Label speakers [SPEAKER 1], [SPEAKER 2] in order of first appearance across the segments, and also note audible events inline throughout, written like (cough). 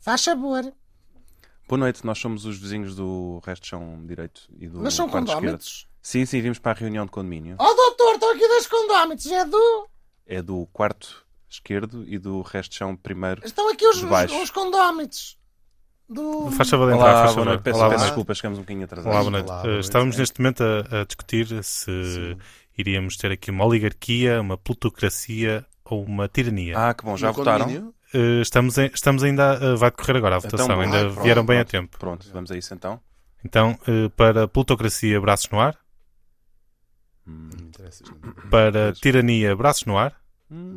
[SPEAKER 1] Faz sabor.
[SPEAKER 2] Boa noite, nós somos os vizinhos do resto são direito e do
[SPEAKER 1] Mas são
[SPEAKER 2] quarto esquerdo.
[SPEAKER 1] condómitos.
[SPEAKER 2] Sim, sim, vimos para a reunião de condomínio.
[SPEAKER 1] Oh, doutor, estão aqui dois condómitos. É do.
[SPEAKER 2] É do quarto esquerdo e do resto são primeiro.
[SPEAKER 1] Estão aqui os,
[SPEAKER 2] De baixo.
[SPEAKER 1] os, os condómitos. Do.
[SPEAKER 3] Faz favor de entrar,
[SPEAKER 2] Olá, boa
[SPEAKER 3] faz favor.
[SPEAKER 2] noite. Peço peço
[SPEAKER 3] Olá, boa noite.
[SPEAKER 2] desculpa, chegamos um bocadinho atrasados.
[SPEAKER 3] Olá, boa noite.
[SPEAKER 4] Olá,
[SPEAKER 3] Eh,
[SPEAKER 4] boa noite,
[SPEAKER 3] Estávamos
[SPEAKER 4] é.
[SPEAKER 3] neste momento a, a discutir se iríamos ter aqui uma oligarquia, uma plutocracia ou uma tirania.
[SPEAKER 2] Ah, que bom, já
[SPEAKER 4] No
[SPEAKER 2] votaram?
[SPEAKER 4] condomínio?
[SPEAKER 3] Eh, estamos, em- estamos ainda. a- vai decorrer agora a votação,
[SPEAKER 2] bom.
[SPEAKER 3] ainda
[SPEAKER 2] Ah, pronto,
[SPEAKER 3] vieram bem
[SPEAKER 2] pronto.
[SPEAKER 3] a tempo.
[SPEAKER 2] Pronto, vamos a isso então.
[SPEAKER 3] Então, eh, para plutocracia, braços no ar.
[SPEAKER 2] Hum.
[SPEAKER 4] Não me interessa. isto não me-
[SPEAKER 3] Para
[SPEAKER 2] Pois.
[SPEAKER 3] tirania, braços no ar.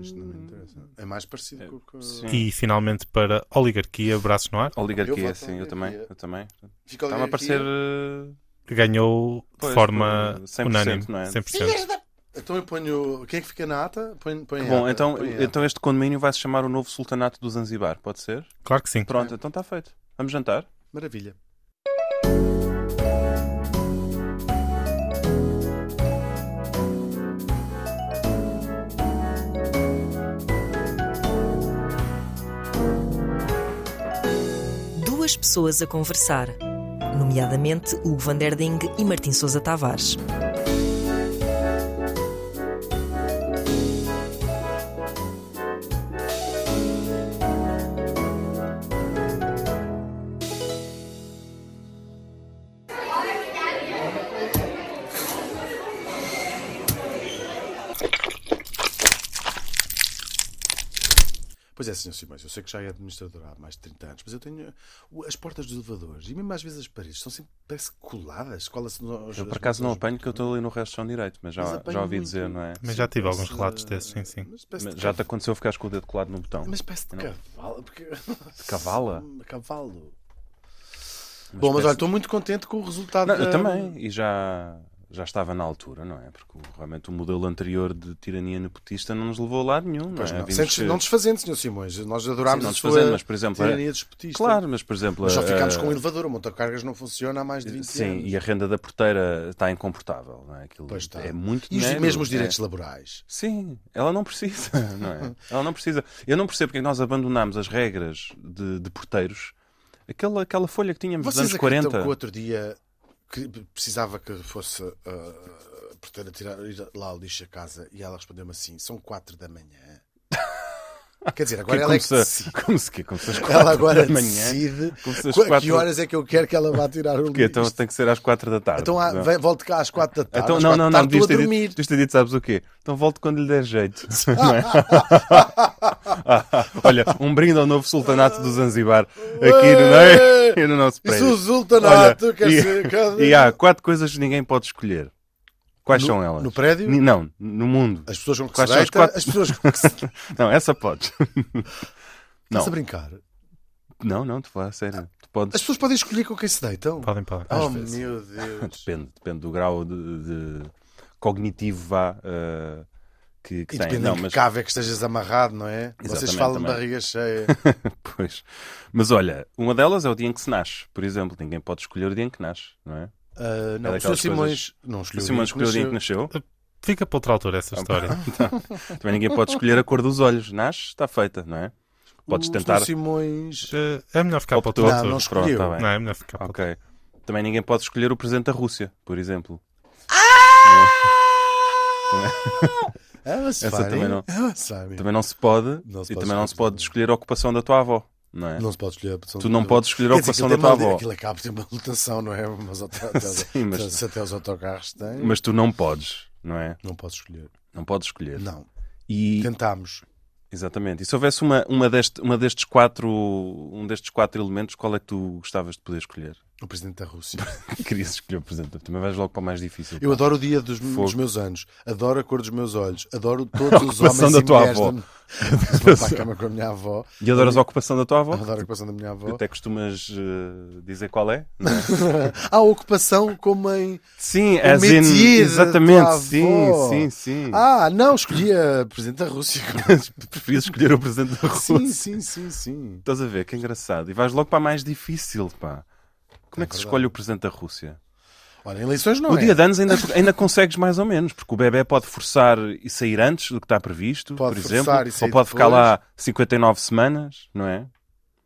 [SPEAKER 4] Isto não
[SPEAKER 3] Hum.
[SPEAKER 4] me interessa. É mais parecido com, com...
[SPEAKER 2] Sim.
[SPEAKER 3] E finalmente para oligarquia, braços no ar.
[SPEAKER 4] Eu
[SPEAKER 2] Oligarquia,
[SPEAKER 4] voto
[SPEAKER 2] sim, eu
[SPEAKER 4] oligarquia.
[SPEAKER 2] também. Eu também.
[SPEAKER 4] Fica
[SPEAKER 2] Estava a
[SPEAKER 4] alguém aqui-
[SPEAKER 2] parecer. eh,
[SPEAKER 3] Ganhou de
[SPEAKER 2] Pois,
[SPEAKER 3] forma
[SPEAKER 2] por 100%,
[SPEAKER 3] unânime.
[SPEAKER 2] não é?
[SPEAKER 3] 100%.
[SPEAKER 1] Filhas da.
[SPEAKER 4] Então eu ponho... Quem é que fica na ata? Põe, põe
[SPEAKER 2] Bom,
[SPEAKER 4] ata,
[SPEAKER 2] então,
[SPEAKER 4] põe ata.
[SPEAKER 2] então este condomínio vai se chamar o novo Sultanato do Zanzibar, pode ser?
[SPEAKER 3] Claro que sim.
[SPEAKER 2] Pronto, então está feito. Vamos jantar?
[SPEAKER 4] Maravilha.
[SPEAKER 5] Duas pessoas a conversar, nomeadamente Hugo van der Ding e Martim Sousa Tavares.
[SPEAKER 4] Pois é, senhor Simões, eu sei que já é administrador há mais de 30 anos, mas eu tenho o- as portas dos elevadores e mesmo às vezes as paredes estão sempre, parece coladas, cola-se no-
[SPEAKER 2] Eu
[SPEAKER 4] as-
[SPEAKER 2] por acaso não
[SPEAKER 4] as-
[SPEAKER 2] apanho, que eu estou ali no resto são direito, mas já,
[SPEAKER 4] Mas
[SPEAKER 2] já
[SPEAKER 4] apanho
[SPEAKER 2] ouvi
[SPEAKER 4] muito.
[SPEAKER 2] dizer, não é?
[SPEAKER 3] Mas já tive alguns
[SPEAKER 4] Parece,
[SPEAKER 3] relatos
[SPEAKER 4] eh,
[SPEAKER 3] desses, sim, sim.
[SPEAKER 4] Mas parece
[SPEAKER 2] Mas
[SPEAKER 4] de
[SPEAKER 2] Já te
[SPEAKER 4] cavalo.
[SPEAKER 2] aconteceu ficares com o dedo colado no botão?
[SPEAKER 4] Mas parece de
[SPEAKER 2] Não.
[SPEAKER 4] cavalo. Porque...
[SPEAKER 2] cavala?
[SPEAKER 4] (laughs) Cavalo.
[SPEAKER 2] Uma
[SPEAKER 4] Bom, mas olha,
[SPEAKER 2] espécie-
[SPEAKER 4] estou muito contente com o resultado.
[SPEAKER 2] Não,
[SPEAKER 4] da-
[SPEAKER 2] eu também, e já, já estava na altura, não é? Porque o- realmente o modelo anterior de tirania nepotista não nos levou a lado nenhum, não é?
[SPEAKER 4] Pois não.
[SPEAKER 2] Vimos
[SPEAKER 4] Sem des-
[SPEAKER 2] que-
[SPEAKER 4] não desfazendo, Sr. Simões. Nós adorámos
[SPEAKER 2] Sim, não
[SPEAKER 4] a
[SPEAKER 2] desfazendo,
[SPEAKER 4] sua
[SPEAKER 2] mas, por exemplo,
[SPEAKER 4] tirania
[SPEAKER 2] é-
[SPEAKER 4] despotista.
[SPEAKER 2] Claro, mas por exemplo...
[SPEAKER 4] Mas só
[SPEAKER 2] a-
[SPEAKER 4] ficámos
[SPEAKER 2] a-
[SPEAKER 4] com o elevador. O montacargas não funciona há mais de 20
[SPEAKER 2] Sim,
[SPEAKER 4] anos.
[SPEAKER 2] e a renda da porteira está incomportável, não é? Aquilo
[SPEAKER 4] Pois está.
[SPEAKER 2] é muito
[SPEAKER 4] E os
[SPEAKER 2] dinheiro,
[SPEAKER 4] mesmos
[SPEAKER 2] é.
[SPEAKER 4] direitos laborais.
[SPEAKER 2] Sim, ela não precisa, (laughs) não é? Ela não precisa. Eu não percebo porque é que nós abandonámos as regras de, de porteiros. Aquela, aquela folha que tínhamos dos
[SPEAKER 4] Vocês
[SPEAKER 2] anos
[SPEAKER 4] acreditam
[SPEAKER 2] 40.
[SPEAKER 4] que o outro dia que precisava que fosse ah, a porteira tirar, ir lá ao lixo a casa e ela respondeu-me assim: são 4 da manhã.
[SPEAKER 2] (laughs)
[SPEAKER 4] Quer dizer, agora
[SPEAKER 2] Que
[SPEAKER 4] ela é que
[SPEAKER 2] começa-
[SPEAKER 4] decide.
[SPEAKER 2] como se que começa às (laughs) quatro
[SPEAKER 4] Ela agora
[SPEAKER 2] da manhã.
[SPEAKER 4] decide
[SPEAKER 2] Começa às
[SPEAKER 4] qu- a que
[SPEAKER 2] quatro-
[SPEAKER 4] horas é que eu quero que ela vá tirar o
[SPEAKER 2] Porque
[SPEAKER 4] lixo.
[SPEAKER 2] então tem que ser às quatro da tarde.
[SPEAKER 4] Então há,
[SPEAKER 2] não? é?
[SPEAKER 4] vem, volte cá às quatro da tarde.
[SPEAKER 2] Então,
[SPEAKER 4] às
[SPEAKER 2] não,
[SPEAKER 4] quatro
[SPEAKER 2] não,
[SPEAKER 4] da
[SPEAKER 2] não,
[SPEAKER 4] tarde,
[SPEAKER 2] devias
[SPEAKER 4] estou
[SPEAKER 2] ter,
[SPEAKER 4] a
[SPEAKER 2] dito,
[SPEAKER 4] dormir.
[SPEAKER 2] devias ter dito, sabes o quê? Então volto quando lhe der
[SPEAKER 4] (laughs)
[SPEAKER 2] jeito. (laughs) não é? Olha, um brinde ao novo sultanato do Zanzibar aqui no,
[SPEAKER 4] Ué!
[SPEAKER 2] aqui no nosso (laughs) prédio.
[SPEAKER 4] Isso o sultanato,
[SPEAKER 2] Olha, (laughs)
[SPEAKER 4] quer
[SPEAKER 2] e-
[SPEAKER 4] dizer, cada-
[SPEAKER 2] E há quatro coisas que ninguém pode escolher. Quais
[SPEAKER 4] No-
[SPEAKER 2] são elas?
[SPEAKER 4] no prédio?
[SPEAKER 2] Ni- Não, no mundo.
[SPEAKER 4] As pessoas vão que se
[SPEAKER 2] Quais são as
[SPEAKER 4] deita,
[SPEAKER 2] quatro?
[SPEAKER 4] as pessoas que
[SPEAKER 2] (laughs)
[SPEAKER 4] se...
[SPEAKER 2] Não, essa podes. (laughs)
[SPEAKER 4] Estás
[SPEAKER 2] não,
[SPEAKER 4] a brincar.
[SPEAKER 2] não, não, tu fala a sério. Tu
[SPEAKER 4] As
[SPEAKER 2] podes.
[SPEAKER 4] pessoas podem escolher com quem se deitam.
[SPEAKER 3] Podem, podem.
[SPEAKER 4] Oh
[SPEAKER 2] Às vezes. (laughs)
[SPEAKER 4] meu Deus.
[SPEAKER 2] Depende, depende do grau de, de cognitivo vá eh, que, que
[SPEAKER 4] E
[SPEAKER 2] tem.
[SPEAKER 4] depende
[SPEAKER 2] Não,
[SPEAKER 4] em que
[SPEAKER 2] mas
[SPEAKER 4] cabo é que estejas amarrado, não é? Vocês
[SPEAKER 2] Exatamente,
[SPEAKER 4] falam de
[SPEAKER 2] também.
[SPEAKER 4] barriga cheia.
[SPEAKER 2] (laughs) Pois. Mas olha, uma delas é o dia em que se nasce, por exemplo. Ninguém pode escolher o dia em que nasce, não é?
[SPEAKER 4] Ah, não,
[SPEAKER 2] É
[SPEAKER 4] o Sr.
[SPEAKER 2] daquelas
[SPEAKER 4] Simões não escolheu.
[SPEAKER 2] Se uma escolheu o dia em que nasceu, Ah,
[SPEAKER 3] Fica para outra
[SPEAKER 2] Então,
[SPEAKER 3] altura essa
[SPEAKER 2] (laughs)
[SPEAKER 3] história.
[SPEAKER 2] também ninguém pode escolher a cor dos olhos. Nasce, está feita, não é? Podes
[SPEAKER 4] O Sr.
[SPEAKER 2] tentar.
[SPEAKER 4] Simões.
[SPEAKER 3] Eh, É melhor ficar para outra
[SPEAKER 2] Optou.
[SPEAKER 4] Não,
[SPEAKER 3] altura.
[SPEAKER 4] não
[SPEAKER 2] Pronto,
[SPEAKER 4] escolheu.
[SPEAKER 2] está bem.
[SPEAKER 3] Não, é melhor ficar para outra
[SPEAKER 2] Ok. Também ninguém pode escolher o presente da Rússia, por exemplo.
[SPEAKER 4] Elas
[SPEAKER 2] Essa
[SPEAKER 4] sabem.
[SPEAKER 2] também não.
[SPEAKER 4] Elas sabem.
[SPEAKER 2] Também não se pode.
[SPEAKER 4] Não se
[SPEAKER 2] e
[SPEAKER 4] pode
[SPEAKER 2] também não
[SPEAKER 4] escolher.
[SPEAKER 2] se pode escolher a ocupação da tua avó, não é?
[SPEAKER 4] Não se pode escolher a opção
[SPEAKER 2] Tu
[SPEAKER 4] do-
[SPEAKER 2] não
[SPEAKER 4] do-
[SPEAKER 2] podes escolher a
[SPEAKER 4] Quer dizer,
[SPEAKER 2] ocupação da
[SPEAKER 4] aquilo
[SPEAKER 2] tua
[SPEAKER 4] tem uma-
[SPEAKER 2] avó.
[SPEAKER 4] Aquilo acaba de ter uma lotação, não
[SPEAKER 2] (laughs)
[SPEAKER 4] é? Mas até, até,
[SPEAKER 2] Sim, mas-
[SPEAKER 4] se- se até os autocarros têm.
[SPEAKER 2] Mas tu não podes, não é?
[SPEAKER 4] Não posso escolher.
[SPEAKER 2] Não podes escolher.
[SPEAKER 4] Não.
[SPEAKER 2] E,
[SPEAKER 4] Tentámos.
[SPEAKER 2] Exatamente. E se houvesse uma, uma, deste, uma destes quatro, um destes quatro elementos, qual é que tu gostavas de poder escolher? (laughs)
[SPEAKER 4] O presidente da Rússia.
[SPEAKER 2] Querias escolher, por exemplo. Também vais logo para o mais difícil.
[SPEAKER 4] Eu adoro o dia dos,
[SPEAKER 2] Fogo.
[SPEAKER 4] dos meus anos. Adoro a cor dos meus olhos.
[SPEAKER 2] (laughs)
[SPEAKER 4] Adoro todos os
[SPEAKER 2] ocupação
[SPEAKER 4] homens
[SPEAKER 2] da
[SPEAKER 4] e
[SPEAKER 2] tua
[SPEAKER 4] mulheres.
[SPEAKER 2] avó.
[SPEAKER 4] da-
[SPEAKER 2] (laughs)
[SPEAKER 4] Vou para a cama com a minha avó.
[SPEAKER 2] E adoras a ocupação da tua avó?
[SPEAKER 4] Adoro a ocupação da minha avó.
[SPEAKER 2] Até costumas eh, dizer qual
[SPEAKER 4] (laughs)
[SPEAKER 2] é?
[SPEAKER 4] Há Ah, ocupação como em.
[SPEAKER 2] Sim,
[SPEAKER 4] O
[SPEAKER 2] as in-
[SPEAKER 4] métier da
[SPEAKER 2] Exatamente,
[SPEAKER 4] tua
[SPEAKER 2] sim,
[SPEAKER 4] avó.
[SPEAKER 2] sim, sim.
[SPEAKER 4] Ah, não, escolhi a presidente da
[SPEAKER 2] (laughs)
[SPEAKER 4] Rússia.
[SPEAKER 2] Preferias escolher o presente da Rússia.
[SPEAKER 4] sim, sim, sim, sim.
[SPEAKER 2] Estás a ver, que engraçado. E vais logo para a mais difícil, pá. Como é, que se
[SPEAKER 4] verdade.
[SPEAKER 2] escolhe o presente da Rússia?
[SPEAKER 4] Olha, em eleições não
[SPEAKER 2] o
[SPEAKER 4] é.
[SPEAKER 2] dia de anos ainda, ainda consegues mais ou menos, porque o bebê pode forçar e sair antes do que está previsto,
[SPEAKER 4] Pode
[SPEAKER 2] por
[SPEAKER 4] forçar
[SPEAKER 2] exemplo,
[SPEAKER 4] e sair
[SPEAKER 2] ou pode ficar
[SPEAKER 4] depois.
[SPEAKER 2] lá 59 semanas, não é?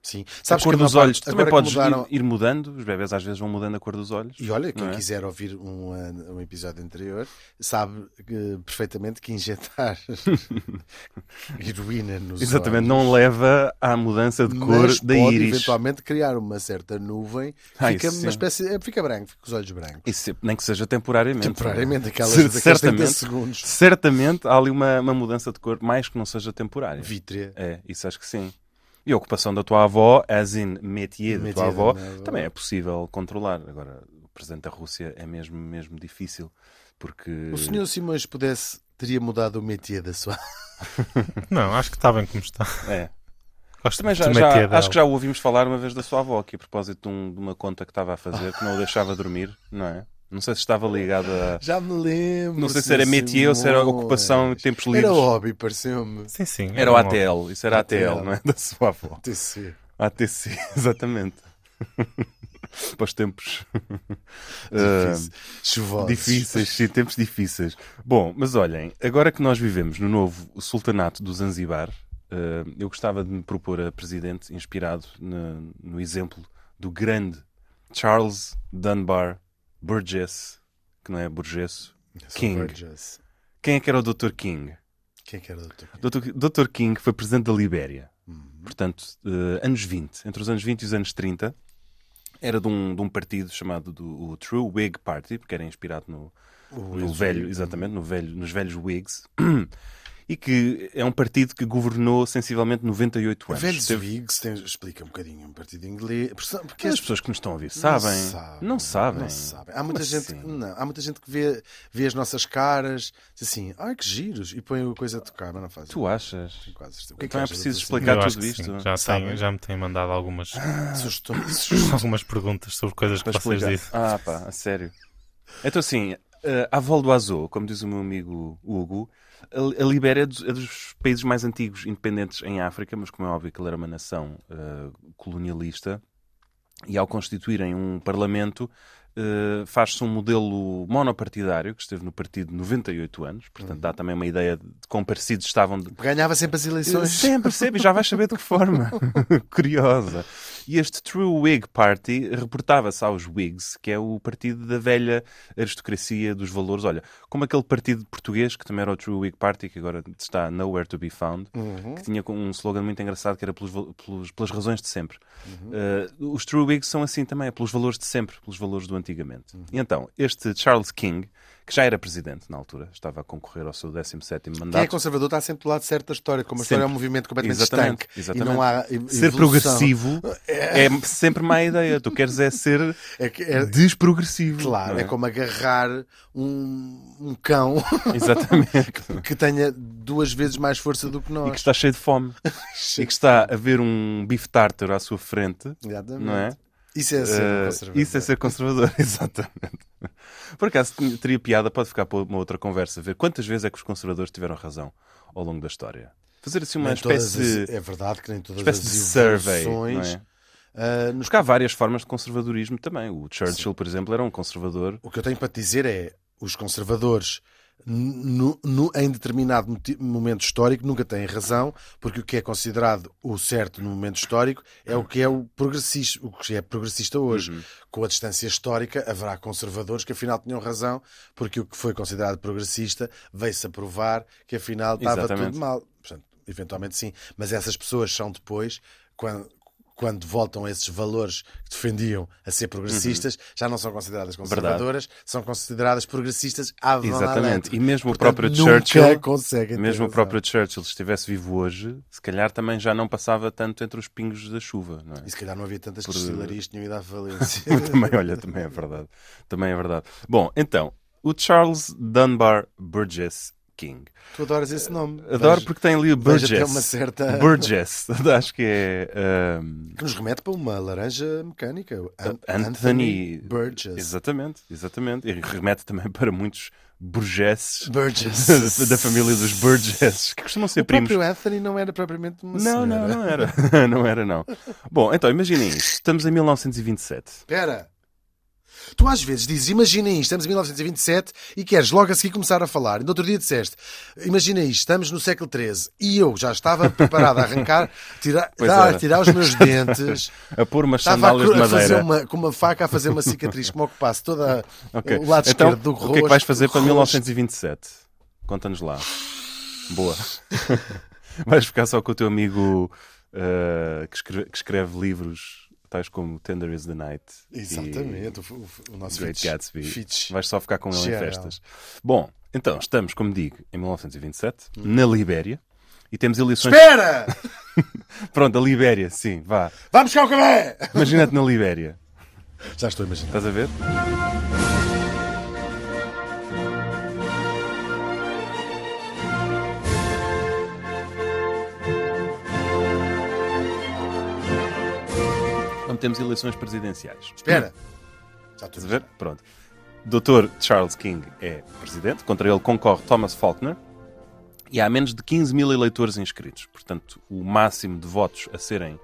[SPEAKER 4] Sim.
[SPEAKER 2] a cor dos
[SPEAKER 4] que uma parte-
[SPEAKER 2] olhos. Tu Também
[SPEAKER 4] agora que
[SPEAKER 2] podes ir-
[SPEAKER 4] mudaram-
[SPEAKER 2] ir, mudando. Os bebés às vezes vão mudando a cor dos olhos.
[SPEAKER 4] E olha, quem
[SPEAKER 2] não é?
[SPEAKER 4] quiser ouvir um, an- um episódio anterior sabe eh, perfeitamente
[SPEAKER 2] (laughs)
[SPEAKER 4] que injetar (laughs) heroína nos
[SPEAKER 2] Exatamente,
[SPEAKER 4] olhos
[SPEAKER 2] não leva à mudança de cor
[SPEAKER 4] mas
[SPEAKER 2] da
[SPEAKER 4] pode
[SPEAKER 2] íris.
[SPEAKER 4] eventualmente criar uma certa nuvem que
[SPEAKER 2] Ah,
[SPEAKER 4] fica,
[SPEAKER 2] isso
[SPEAKER 4] uma
[SPEAKER 2] sim.
[SPEAKER 4] espécie, eh, fica branco, fica com os olhos brancos.
[SPEAKER 2] Isso sempre- nem que seja temporariamente.
[SPEAKER 4] Temporariamente, aquelas,
[SPEAKER 2] Se-
[SPEAKER 4] daqueles 30
[SPEAKER 2] certamente,
[SPEAKER 4] segundos.
[SPEAKER 2] certamente há ali uma, uma mudança de cor, mais que não seja temporária.
[SPEAKER 4] Vítrea.
[SPEAKER 2] É, isso acho que sim. E a ocupação da tua avó, as in métier da
[SPEAKER 4] Métier
[SPEAKER 2] tua
[SPEAKER 4] da
[SPEAKER 2] avó,
[SPEAKER 4] minha avó.
[SPEAKER 2] também é possível controlar. Agora, o presente da Rússia é mesmo, mesmo difícil, porque...
[SPEAKER 4] O senhor Simões pudesse, teria mudado o métier da sua. (laughs)
[SPEAKER 3] Não, acho que está bem como está. (laughs)
[SPEAKER 2] É.
[SPEAKER 3] Gosto
[SPEAKER 2] Também
[SPEAKER 3] muito
[SPEAKER 2] já,
[SPEAKER 3] do
[SPEAKER 2] já-
[SPEAKER 3] métier dela.
[SPEAKER 2] acho que já o ouvimos falar uma vez da sua avó, aqui a propósito de, um- de uma conta que estava a fazer, que não o deixava dormir, não é? Não sei se estava ligada a...
[SPEAKER 4] Já me lembro.
[SPEAKER 2] Não sei se
[SPEAKER 4] senhor
[SPEAKER 2] era métier ou se era
[SPEAKER 4] Simões.
[SPEAKER 2] ocupação em tempos
[SPEAKER 4] Era
[SPEAKER 2] livres.
[SPEAKER 4] hobby, pareceu-me.
[SPEAKER 3] Sim, sim.
[SPEAKER 2] Era o
[SPEAKER 3] um
[SPEAKER 2] ATL, isso era ATL,
[SPEAKER 4] ATL.
[SPEAKER 2] não é? (laughs) Da sua avó.
[SPEAKER 4] TC.
[SPEAKER 2] ATC, (laughs) exatamente. Para os tempos
[SPEAKER 4] Difícil.
[SPEAKER 2] ah,
[SPEAKER 4] Chuvosos.
[SPEAKER 2] difíceis, sim, tempos difíceis. Bom, mas olhem, agora que nós vivemos no novo Sultanato do Zanzibar, ah, eu gostava de me propor a presidente, inspirado no, no exemplo do grande Charles Dunbar Burgess, que não é Burgesso. King.
[SPEAKER 4] Burgess.
[SPEAKER 2] Quem é que era o Dr. King?
[SPEAKER 4] Quem é que era o doutor?
[SPEAKER 2] Dr. Dr. King foi presidente da Libéria, portanto, eh, anos 20, entre os anos 20 e os anos 30, era de um, de um partido chamado do, o True Whig Party, porque era inspirado no, no velho, exatamente, no velho, nos velhos Whigs, e que é um partido que governou sensivelmente 98 anos.
[SPEAKER 4] Velhos
[SPEAKER 2] Teve-
[SPEAKER 4] Wigs, tem- explica um bocadinho um partido inglês. Porque- Porque
[SPEAKER 2] as pessoas que nos estão a ouvir sabem? Não sabem.
[SPEAKER 4] não sabem. Há muita
[SPEAKER 2] Como
[SPEAKER 4] gente,
[SPEAKER 2] assim?
[SPEAKER 4] não, há muita gente que vê, vê as nossas caras, diz assim, ai que giros, e põe a coisa a tocar, mas não faz.
[SPEAKER 2] Tu achas?
[SPEAKER 4] Tenho quase certeza. O
[SPEAKER 2] Então é
[SPEAKER 4] achas,
[SPEAKER 2] preciso
[SPEAKER 4] doutor
[SPEAKER 2] explicar
[SPEAKER 3] Eu acho
[SPEAKER 2] tudo
[SPEAKER 3] que
[SPEAKER 2] isto.
[SPEAKER 3] sim. Já,
[SPEAKER 4] Sabem.
[SPEAKER 3] tenho- já me têm
[SPEAKER 2] (laughs)
[SPEAKER 3] mandado algumas,
[SPEAKER 4] Simões? Sugestões. sugestões.
[SPEAKER 3] algumas perguntas sobre coisas que
[SPEAKER 2] Para
[SPEAKER 3] vocês
[SPEAKER 2] explicar.
[SPEAKER 3] dizem.
[SPEAKER 2] Ah, pá, a sério. Então, assim, eh, à volta do Azul, como diz o meu amigo Hugo, a a Libéria é dos, é dos países mais antigos independentes em África, mas como é óbvio que ele era uma nação eh, colonialista, e ao constituírem um parlamento, eh, faz-se um modelo monopartidário, que esteve no partido 98 anos,
[SPEAKER 3] Uhum.
[SPEAKER 2] portanto dá também uma ideia de como parecidos estavam de,
[SPEAKER 4] Ganhava sempre as eleições.
[SPEAKER 2] Sempre, sempre, já vais saber de que forma. (laughs) Curiosa. E este True Whig Party reportava-se aos Whigs, que é o partido da velha aristocracia dos valores. Olha, como aquele partido português, que também era o True Whig Party, que agora está nowhere to be found, que tinha com- um slogan muito engraçado que era pelos, val- pelos- pelas razões de sempre. Eh, os True Whigs são assim também, é pelos valores de sempre, pelos valores do antigamente. E então, este Charles King, que já era presidente na altura, estava a concorrer ao seu 17º mandato.
[SPEAKER 4] Quem é conservador está sempre do lado certo da história, como a história é um
[SPEAKER 2] Sempre.
[SPEAKER 4] movimento completamente
[SPEAKER 2] Exatamente,
[SPEAKER 4] estanque.
[SPEAKER 2] exatamente.
[SPEAKER 4] E não há
[SPEAKER 2] Ser
[SPEAKER 4] evolução.
[SPEAKER 2] progressivo é sempre má ideia. Tu queres é
[SPEAKER 4] (laughs)
[SPEAKER 2] ser
[SPEAKER 4] É, que- é,
[SPEAKER 2] desprogressivo.
[SPEAKER 4] claro,
[SPEAKER 2] não
[SPEAKER 4] é como agarrar um, um cão (laughs)
[SPEAKER 2] Exatamente.
[SPEAKER 4] que tenha duas vezes mais força do que
[SPEAKER 2] E que
[SPEAKER 4] nós.
[SPEAKER 2] está cheio de fome. e que está a ver um bife tártaro à sua frente.
[SPEAKER 4] Exatamente.
[SPEAKER 2] Não é?
[SPEAKER 4] Isso é ser
[SPEAKER 2] Eh,
[SPEAKER 4] conservador.
[SPEAKER 2] isso é ser conservador, (laughs) exatamente. Por acaso tinha- teria piada, pode ficar para uma outra conversa, ver quantas vezes é que os conservadores tiveram razão ao longo da história. Fazer assim uma
[SPEAKER 4] Nem todas
[SPEAKER 2] espécie
[SPEAKER 4] as-
[SPEAKER 2] de.
[SPEAKER 4] é verdade que nem todas
[SPEAKER 2] espécie
[SPEAKER 4] as
[SPEAKER 2] de survey,
[SPEAKER 4] evoluções,
[SPEAKER 2] não é?
[SPEAKER 4] ah, nos-
[SPEAKER 2] Porque há várias formas de conservadorismo também. O Churchill, por exemplo, era um conservador
[SPEAKER 4] O que eu tenho para te dizer é os conservadores nu- nu- em determinado moti- momento histórico nunca têm razão porque o que é considerado o certo no momento histórico é o que é o progressista o que é progressista hoje
[SPEAKER 2] Uhum.
[SPEAKER 4] com a distância histórica haverá conservadores que afinal tinham razão porque o que foi considerado progressista veio-se a provar que afinal estava
[SPEAKER 2] Exatamente.
[SPEAKER 4] tudo mal Portanto, eventualmente sim mas essas pessoas são depois quando quando voltam a esses valores que defendiam a ser
[SPEAKER 2] Uhum.
[SPEAKER 4] progressistas, já não são consideradas conservadoras, são consideradas progressistas à vão
[SPEAKER 2] Exatamente. E
[SPEAKER 4] além.
[SPEAKER 2] mesmo o
[SPEAKER 4] Portanto,
[SPEAKER 2] próprio
[SPEAKER 4] nunca é
[SPEAKER 2] Churchill,
[SPEAKER 4] conseguem ter
[SPEAKER 2] mesmo o
[SPEAKER 4] razão.
[SPEAKER 2] próprio Churchill, se estivesse vivo hoje, se calhar também já não passava tanto entre os pingos da chuva, não é?
[SPEAKER 4] E se calhar não havia tantas destilarias que tinham ido à falência.
[SPEAKER 2] (laughs) também, olha, também é verdade. Também é verdade. Bom, então, o Charles Dunbar Burgess King.
[SPEAKER 4] tu adoras esse nome.
[SPEAKER 2] Adoro
[SPEAKER 4] Vejo-
[SPEAKER 2] porque tem ali o
[SPEAKER 4] vejo
[SPEAKER 2] Burgess.
[SPEAKER 4] até é uma certa-
[SPEAKER 2] Burgess. (laughs) Acho que é. ahm,
[SPEAKER 4] Que nos remete para uma laranja mecânica. o An-
[SPEAKER 2] Anthony
[SPEAKER 4] Burgess.
[SPEAKER 2] Exatamente, exatamente. E remete também para muitos Burgesses (laughs)
[SPEAKER 4] Burgess.
[SPEAKER 2] da família dos Burgesses, que costumam ser
[SPEAKER 4] O
[SPEAKER 2] primos.
[SPEAKER 4] próprio Anthony não era propriamente uma
[SPEAKER 2] Não, não, (laughs) não
[SPEAKER 4] (laughs)
[SPEAKER 2] era. não era, não. Bom, então imaginem isto. Estamos em 1927.
[SPEAKER 4] Espera. Tu às vezes dizes, imagina isto, estamos em 1927 e queres logo a seguir começar a falar. E no outro dia disseste, imagina isto, estamos no século XIII e eu já estava preparado
[SPEAKER 2] (laughs)
[SPEAKER 4] a arrancar, tirar,
[SPEAKER 2] Pois
[SPEAKER 4] dar-
[SPEAKER 2] era.
[SPEAKER 4] tirar os meus dentes.
[SPEAKER 2] (laughs) A pôr umas
[SPEAKER 4] Estava a,
[SPEAKER 2] sandálias de
[SPEAKER 4] cru- a
[SPEAKER 2] madeira.
[SPEAKER 4] fazer uma, com uma faca a fazer uma cicatriz que me ocupasse toda a-
[SPEAKER 2] (laughs) Ok.
[SPEAKER 4] o lado
[SPEAKER 2] então,
[SPEAKER 4] esquerdo do rosto.
[SPEAKER 2] o que é que vais fazer para
[SPEAKER 4] rosto.
[SPEAKER 2] 1927? Conta-nos lá. Boa. (laughs) vais ficar só com o teu amigo eh, que, escreve, que escreve livros tais como Tender is the Night. e
[SPEAKER 4] Exatamente, o, o- o nosso
[SPEAKER 2] Great
[SPEAKER 4] Fitch-
[SPEAKER 2] Gatsby.
[SPEAKER 4] Fitch.
[SPEAKER 2] Vais só ficar com ele em
[SPEAKER 4] Geral.
[SPEAKER 2] festas. Bom, então, estamos, como digo, em 1927,
[SPEAKER 4] Hum.
[SPEAKER 2] na Libéria. E temos eleições.
[SPEAKER 4] Espera!
[SPEAKER 2] Pronto, a Libéria, sim, vá.
[SPEAKER 4] Vamos buscar
[SPEAKER 2] (laughs)
[SPEAKER 4] o café!
[SPEAKER 2] Imagina-te na Libéria.
[SPEAKER 4] Já estou a imaginar.
[SPEAKER 2] Estás a ver? Então temos eleições presidenciais.
[SPEAKER 4] Espera! Já estou a
[SPEAKER 2] Estás a ver?
[SPEAKER 4] imaginar.
[SPEAKER 2] Pronto. Dr. Charles King é presidente, contra ele concorre Thomas Faulkner, e há menos de 15 mil eleitores inscritos. Portanto, o máximo de votos a serem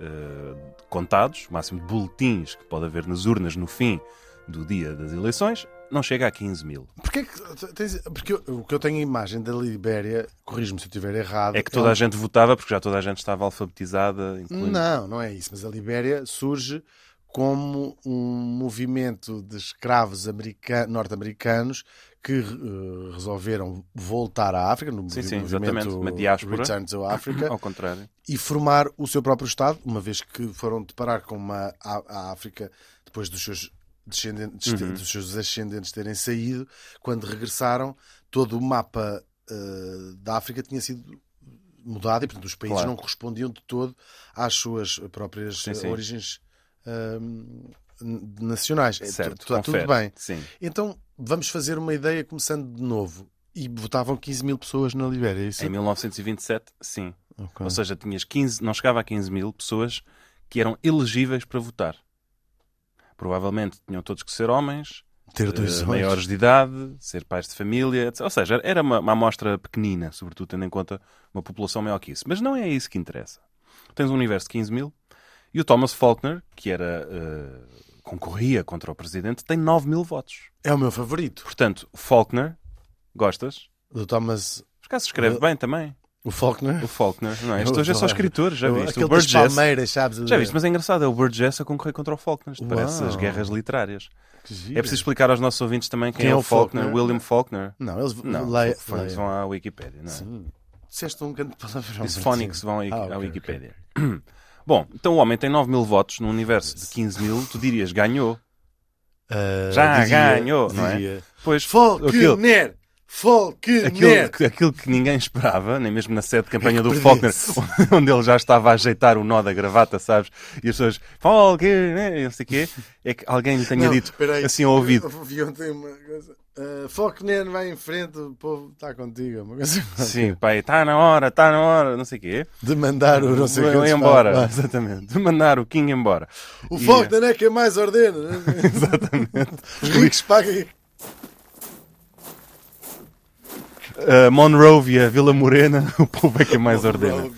[SPEAKER 2] eh, contados, o máximo de boletins que pode haver nas urnas no fim do dia das eleições, não chega a 15 mil.
[SPEAKER 4] Porquê que tens- porque eu- o que eu tenho a imagem da Libéria, corrijo-me se eu estiver errado.
[SPEAKER 2] É que toda
[SPEAKER 4] um-
[SPEAKER 2] a gente votava, porque já toda a gente estava alfabetizada, incluindo...
[SPEAKER 4] Não, não é isso. Mas a Libéria surge como um movimento de escravos america- norte-americanos que eh, resolveram voltar à África, no
[SPEAKER 2] Sim, sim, exatamente.
[SPEAKER 4] movimento
[SPEAKER 2] Uma diáspora.
[SPEAKER 4] Return to Africa,
[SPEAKER 2] Ao contrário.
[SPEAKER 4] e formar o seu próprio Estado, uma vez que foram deparar com uma, a, a África depois dos seus, descendentes,
[SPEAKER 2] Uhum.
[SPEAKER 4] dos seus ascendentes terem saído, quando regressaram, todo o mapa eh, da África tinha sido mudado e, portanto, os países
[SPEAKER 2] Claro.
[SPEAKER 4] não correspondiam de todo às suas próprias
[SPEAKER 2] Sim,
[SPEAKER 4] eh,
[SPEAKER 2] sim.
[SPEAKER 4] origens ehm, n- nacionais. É,
[SPEAKER 2] Certo,
[SPEAKER 4] tu- Está tudo
[SPEAKER 2] confere.
[SPEAKER 4] bem.
[SPEAKER 2] Sim.
[SPEAKER 4] Então, vamos fazer uma ideia começando de novo. E votavam 15 mil pessoas na Libéria, é isso?
[SPEAKER 2] Em 1927, sim.
[SPEAKER 4] Ok.
[SPEAKER 2] Ou seja, tinhas 15, não chegava a 15 mil pessoas que eram elegíveis para votar. Provavelmente tinham todos que ser homens,
[SPEAKER 4] Ter
[SPEAKER 2] eh,
[SPEAKER 4] dois olhos.
[SPEAKER 2] maiores de idade, ser pais de família, etc. Ou seja, era uma, uma amostra pequenina, sobretudo tendo em conta uma população maior que isso. Mas não é isso que interessa. Tens um universo de 15 mil e o Thomas Faulkner, que era eh, concorria contra o presidente, tem 9 mil votos.
[SPEAKER 4] É o meu favorito.
[SPEAKER 2] Portanto, Faulkner, gostas?
[SPEAKER 4] do Thomas
[SPEAKER 2] Por acaso escreve
[SPEAKER 4] Eu-
[SPEAKER 2] bem também,
[SPEAKER 4] o Faulkner.
[SPEAKER 2] o Faulkner. Não é?
[SPEAKER 4] Eu
[SPEAKER 2] Isto hoje é só
[SPEAKER 4] adoro.
[SPEAKER 2] escritor, já viste?
[SPEAKER 4] Aquele
[SPEAKER 2] O
[SPEAKER 4] das
[SPEAKER 2] Burgess.
[SPEAKER 4] palmeiras, sabes?
[SPEAKER 2] Já viste, mas é engraçado, é o Burgess a concorrer contra o Faulkner. Isto
[SPEAKER 4] Uau.
[SPEAKER 2] Parece as guerras literárias.
[SPEAKER 4] Que giro.
[SPEAKER 2] É preciso explicar aos nossos ouvintes também quem, é o Faulkner, William Faulkner.
[SPEAKER 4] Não, eles é-
[SPEAKER 2] Não,
[SPEAKER 4] leia-
[SPEAKER 2] fãs
[SPEAKER 4] leia.
[SPEAKER 2] vão à Wikipédia, não é?
[SPEAKER 4] Sim. Disseste um grande palavrão.
[SPEAKER 2] Os
[SPEAKER 4] mas
[SPEAKER 2] fónicos
[SPEAKER 4] sim.
[SPEAKER 2] vão à,
[SPEAKER 4] Ah, ok,
[SPEAKER 2] à
[SPEAKER 4] ok.
[SPEAKER 2] Wikipédia. (clears throat) Bom, então o homem tem 9 mil votos num universo de 15 mil, tu dirias ganhou.
[SPEAKER 4] Ah,
[SPEAKER 2] Já
[SPEAKER 4] diria-
[SPEAKER 2] ganhou, não é?
[SPEAKER 4] diria,
[SPEAKER 2] Pois, aquilo,
[SPEAKER 4] Faulkner! Faulkner!
[SPEAKER 2] aquilo, que- aquilo que ninguém esperava, nem mesmo na sede de campanha
[SPEAKER 4] É que
[SPEAKER 2] do Faulkner, (laughs)
[SPEAKER 4] perdesse.
[SPEAKER 2] onde- onde ele já estava a ajeitar o nó da gravata, sabes? E as pessoas, Faulkner, né? e não sei o quê, é que alguém lhe tenha
[SPEAKER 4] Não,
[SPEAKER 2] dito
[SPEAKER 4] peraí.
[SPEAKER 2] assim ao ouvido.
[SPEAKER 4] Eu ouvi ontem uma coisa. Ah, Faulkner vai em frente, o povo está contigo. é Uma coisa
[SPEAKER 2] (laughs) Sim, pai, está na hora, está na hora, não sei o quê.
[SPEAKER 4] De mandar o não sei
[SPEAKER 2] Vão
[SPEAKER 4] quantos
[SPEAKER 2] embora, (laughs)
[SPEAKER 4] para-
[SPEAKER 2] exatamente. De mandar o King embora.
[SPEAKER 4] O
[SPEAKER 2] E-
[SPEAKER 4] Faulkner é quem mais ordena.
[SPEAKER 2] (laughs)
[SPEAKER 4] Exatamente. Os ricos pagam.
[SPEAKER 2] Uh, Monrovia, Vila Morena, (laughs) o povo é que mais ordena.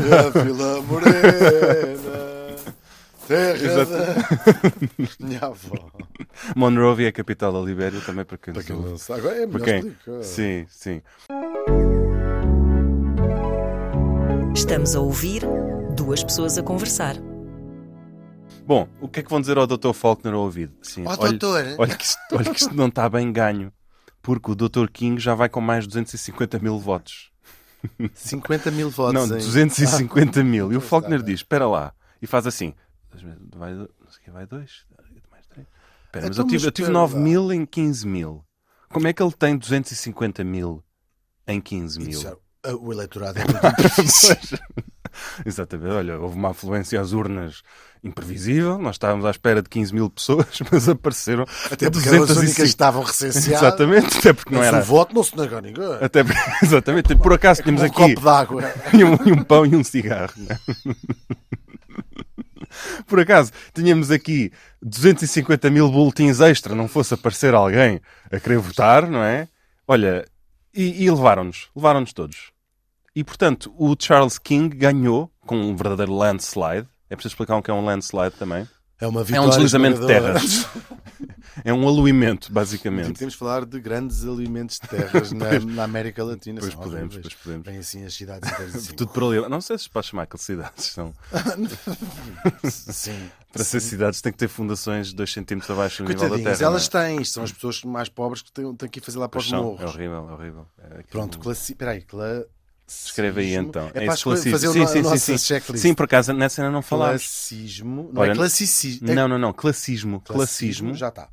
[SPEAKER 2] Monrovia. (laughs)
[SPEAKER 4] A Vila Morena, terra
[SPEAKER 2] Exato.
[SPEAKER 4] da (laughs) minha avó.
[SPEAKER 2] Monrovia é a capital da Libéria, também para quem
[SPEAKER 4] Para
[SPEAKER 2] nos
[SPEAKER 4] quem
[SPEAKER 2] ouve.
[SPEAKER 4] não sabe, agora é
[SPEAKER 2] Para
[SPEAKER 4] melhor
[SPEAKER 2] quem?
[SPEAKER 4] explicar.
[SPEAKER 2] Sim, sim.
[SPEAKER 5] Estamos a ouvir duas pessoas a conversar.
[SPEAKER 2] Bom, o que é que vão dizer ao Dr. Faulkner ao ouvido? Sim,
[SPEAKER 4] Ó,
[SPEAKER 2] olha,
[SPEAKER 4] doutor.
[SPEAKER 2] Olha que, isto, olha que isto não está bem ganho, porque o Dr. King já vai com mais 250 mil votos.
[SPEAKER 4] 50 mil votos.
[SPEAKER 2] Não,
[SPEAKER 4] hein?
[SPEAKER 2] 250 mil. E o Faulkner diz: espera lá. E faz assim: dois meses, vai, do- não sei o quê, vai dois, mais três. Espera, mas
[SPEAKER 4] Então,
[SPEAKER 2] eu tive, eu
[SPEAKER 4] mas
[SPEAKER 2] tive
[SPEAKER 4] espera
[SPEAKER 2] 9
[SPEAKER 4] lá.
[SPEAKER 2] mil em 15 mil. Como é que ele tem 250 mil em 15
[SPEAKER 4] E
[SPEAKER 2] mil?
[SPEAKER 4] disseram, "Ah, O eleitorado é muito difícil.
[SPEAKER 2] (laughs) Exatamente, olha, houve uma afluência às urnas imprevisível, nós estávamos à espera de 15 mil pessoas, (laughs) mas apareceram
[SPEAKER 4] Até é porque eram as únicas que
[SPEAKER 2] 250.
[SPEAKER 4] estavam recenseadas.
[SPEAKER 2] Exatamente, até porque não
[SPEAKER 4] Mas
[SPEAKER 2] era.
[SPEAKER 4] O voto não se negou a ninguém.
[SPEAKER 2] Até porque, (laughs) exatamente, por acaso tínhamos
[SPEAKER 4] um
[SPEAKER 2] aqui (laughs)
[SPEAKER 4] copo d'água. É
[SPEAKER 2] e um, e um pão e um cigarro. né? Por acaso, tínhamos aqui 250 mil boletins extra, não fosse aparecer alguém a querer votar, não é? Olha, e, e levaram-nos, levaram-nos todos. E portanto, o Charles King ganhou com um verdadeiro landslide. É preciso explicar o que é um landslide também.
[SPEAKER 4] É uma
[SPEAKER 2] É
[SPEAKER 4] vitória.
[SPEAKER 2] um deslizamento de terra.
[SPEAKER 4] (laughs) esmagadora. Tipo,
[SPEAKER 2] (laughs) É um aluimento, basicamente.
[SPEAKER 4] Temos de falar de grandes alimentos de terras na, na América Latina.
[SPEAKER 2] Pois
[SPEAKER 4] são
[SPEAKER 2] podemos,
[SPEAKER 4] horríveis.
[SPEAKER 2] pois podemos.
[SPEAKER 4] Vem assim as cidades inteiras
[SPEAKER 2] (laughs)
[SPEAKER 4] assim.
[SPEAKER 2] Tudo por ali. Não sei se para chamar aquelas cidades. (laughs) São...
[SPEAKER 4] Sim.
[SPEAKER 2] Para ser cidades tem que ter fundações de 2 centímetros abaixo do nível da
[SPEAKER 4] Coitadinhas,
[SPEAKER 2] terra.
[SPEAKER 4] elas
[SPEAKER 2] não é?
[SPEAKER 4] têm isto. São as pessoas mais pobres que têm, têm que ir fazer lá para os
[SPEAKER 2] Pois são, É
[SPEAKER 4] morros.
[SPEAKER 2] horrível, é horrível. É aquilo-
[SPEAKER 4] Pronto, classi... peraí, cla...
[SPEAKER 2] Escreve aí
[SPEAKER 4] cismo.
[SPEAKER 2] então.
[SPEAKER 4] É, para
[SPEAKER 2] esse
[SPEAKER 4] escolher-
[SPEAKER 2] classicismo.
[SPEAKER 4] fazer o
[SPEAKER 2] sim,
[SPEAKER 4] no-
[SPEAKER 2] sim,
[SPEAKER 4] nossa
[SPEAKER 2] sim, sim.
[SPEAKER 4] checklist.
[SPEAKER 2] sim, por acaso nessa ainda não falámos.
[SPEAKER 4] Classismo. Não
[SPEAKER 2] Olha,
[SPEAKER 4] é classicismo. é
[SPEAKER 2] Não, não, não. Classicismo. Classismo.
[SPEAKER 4] Já tá. está.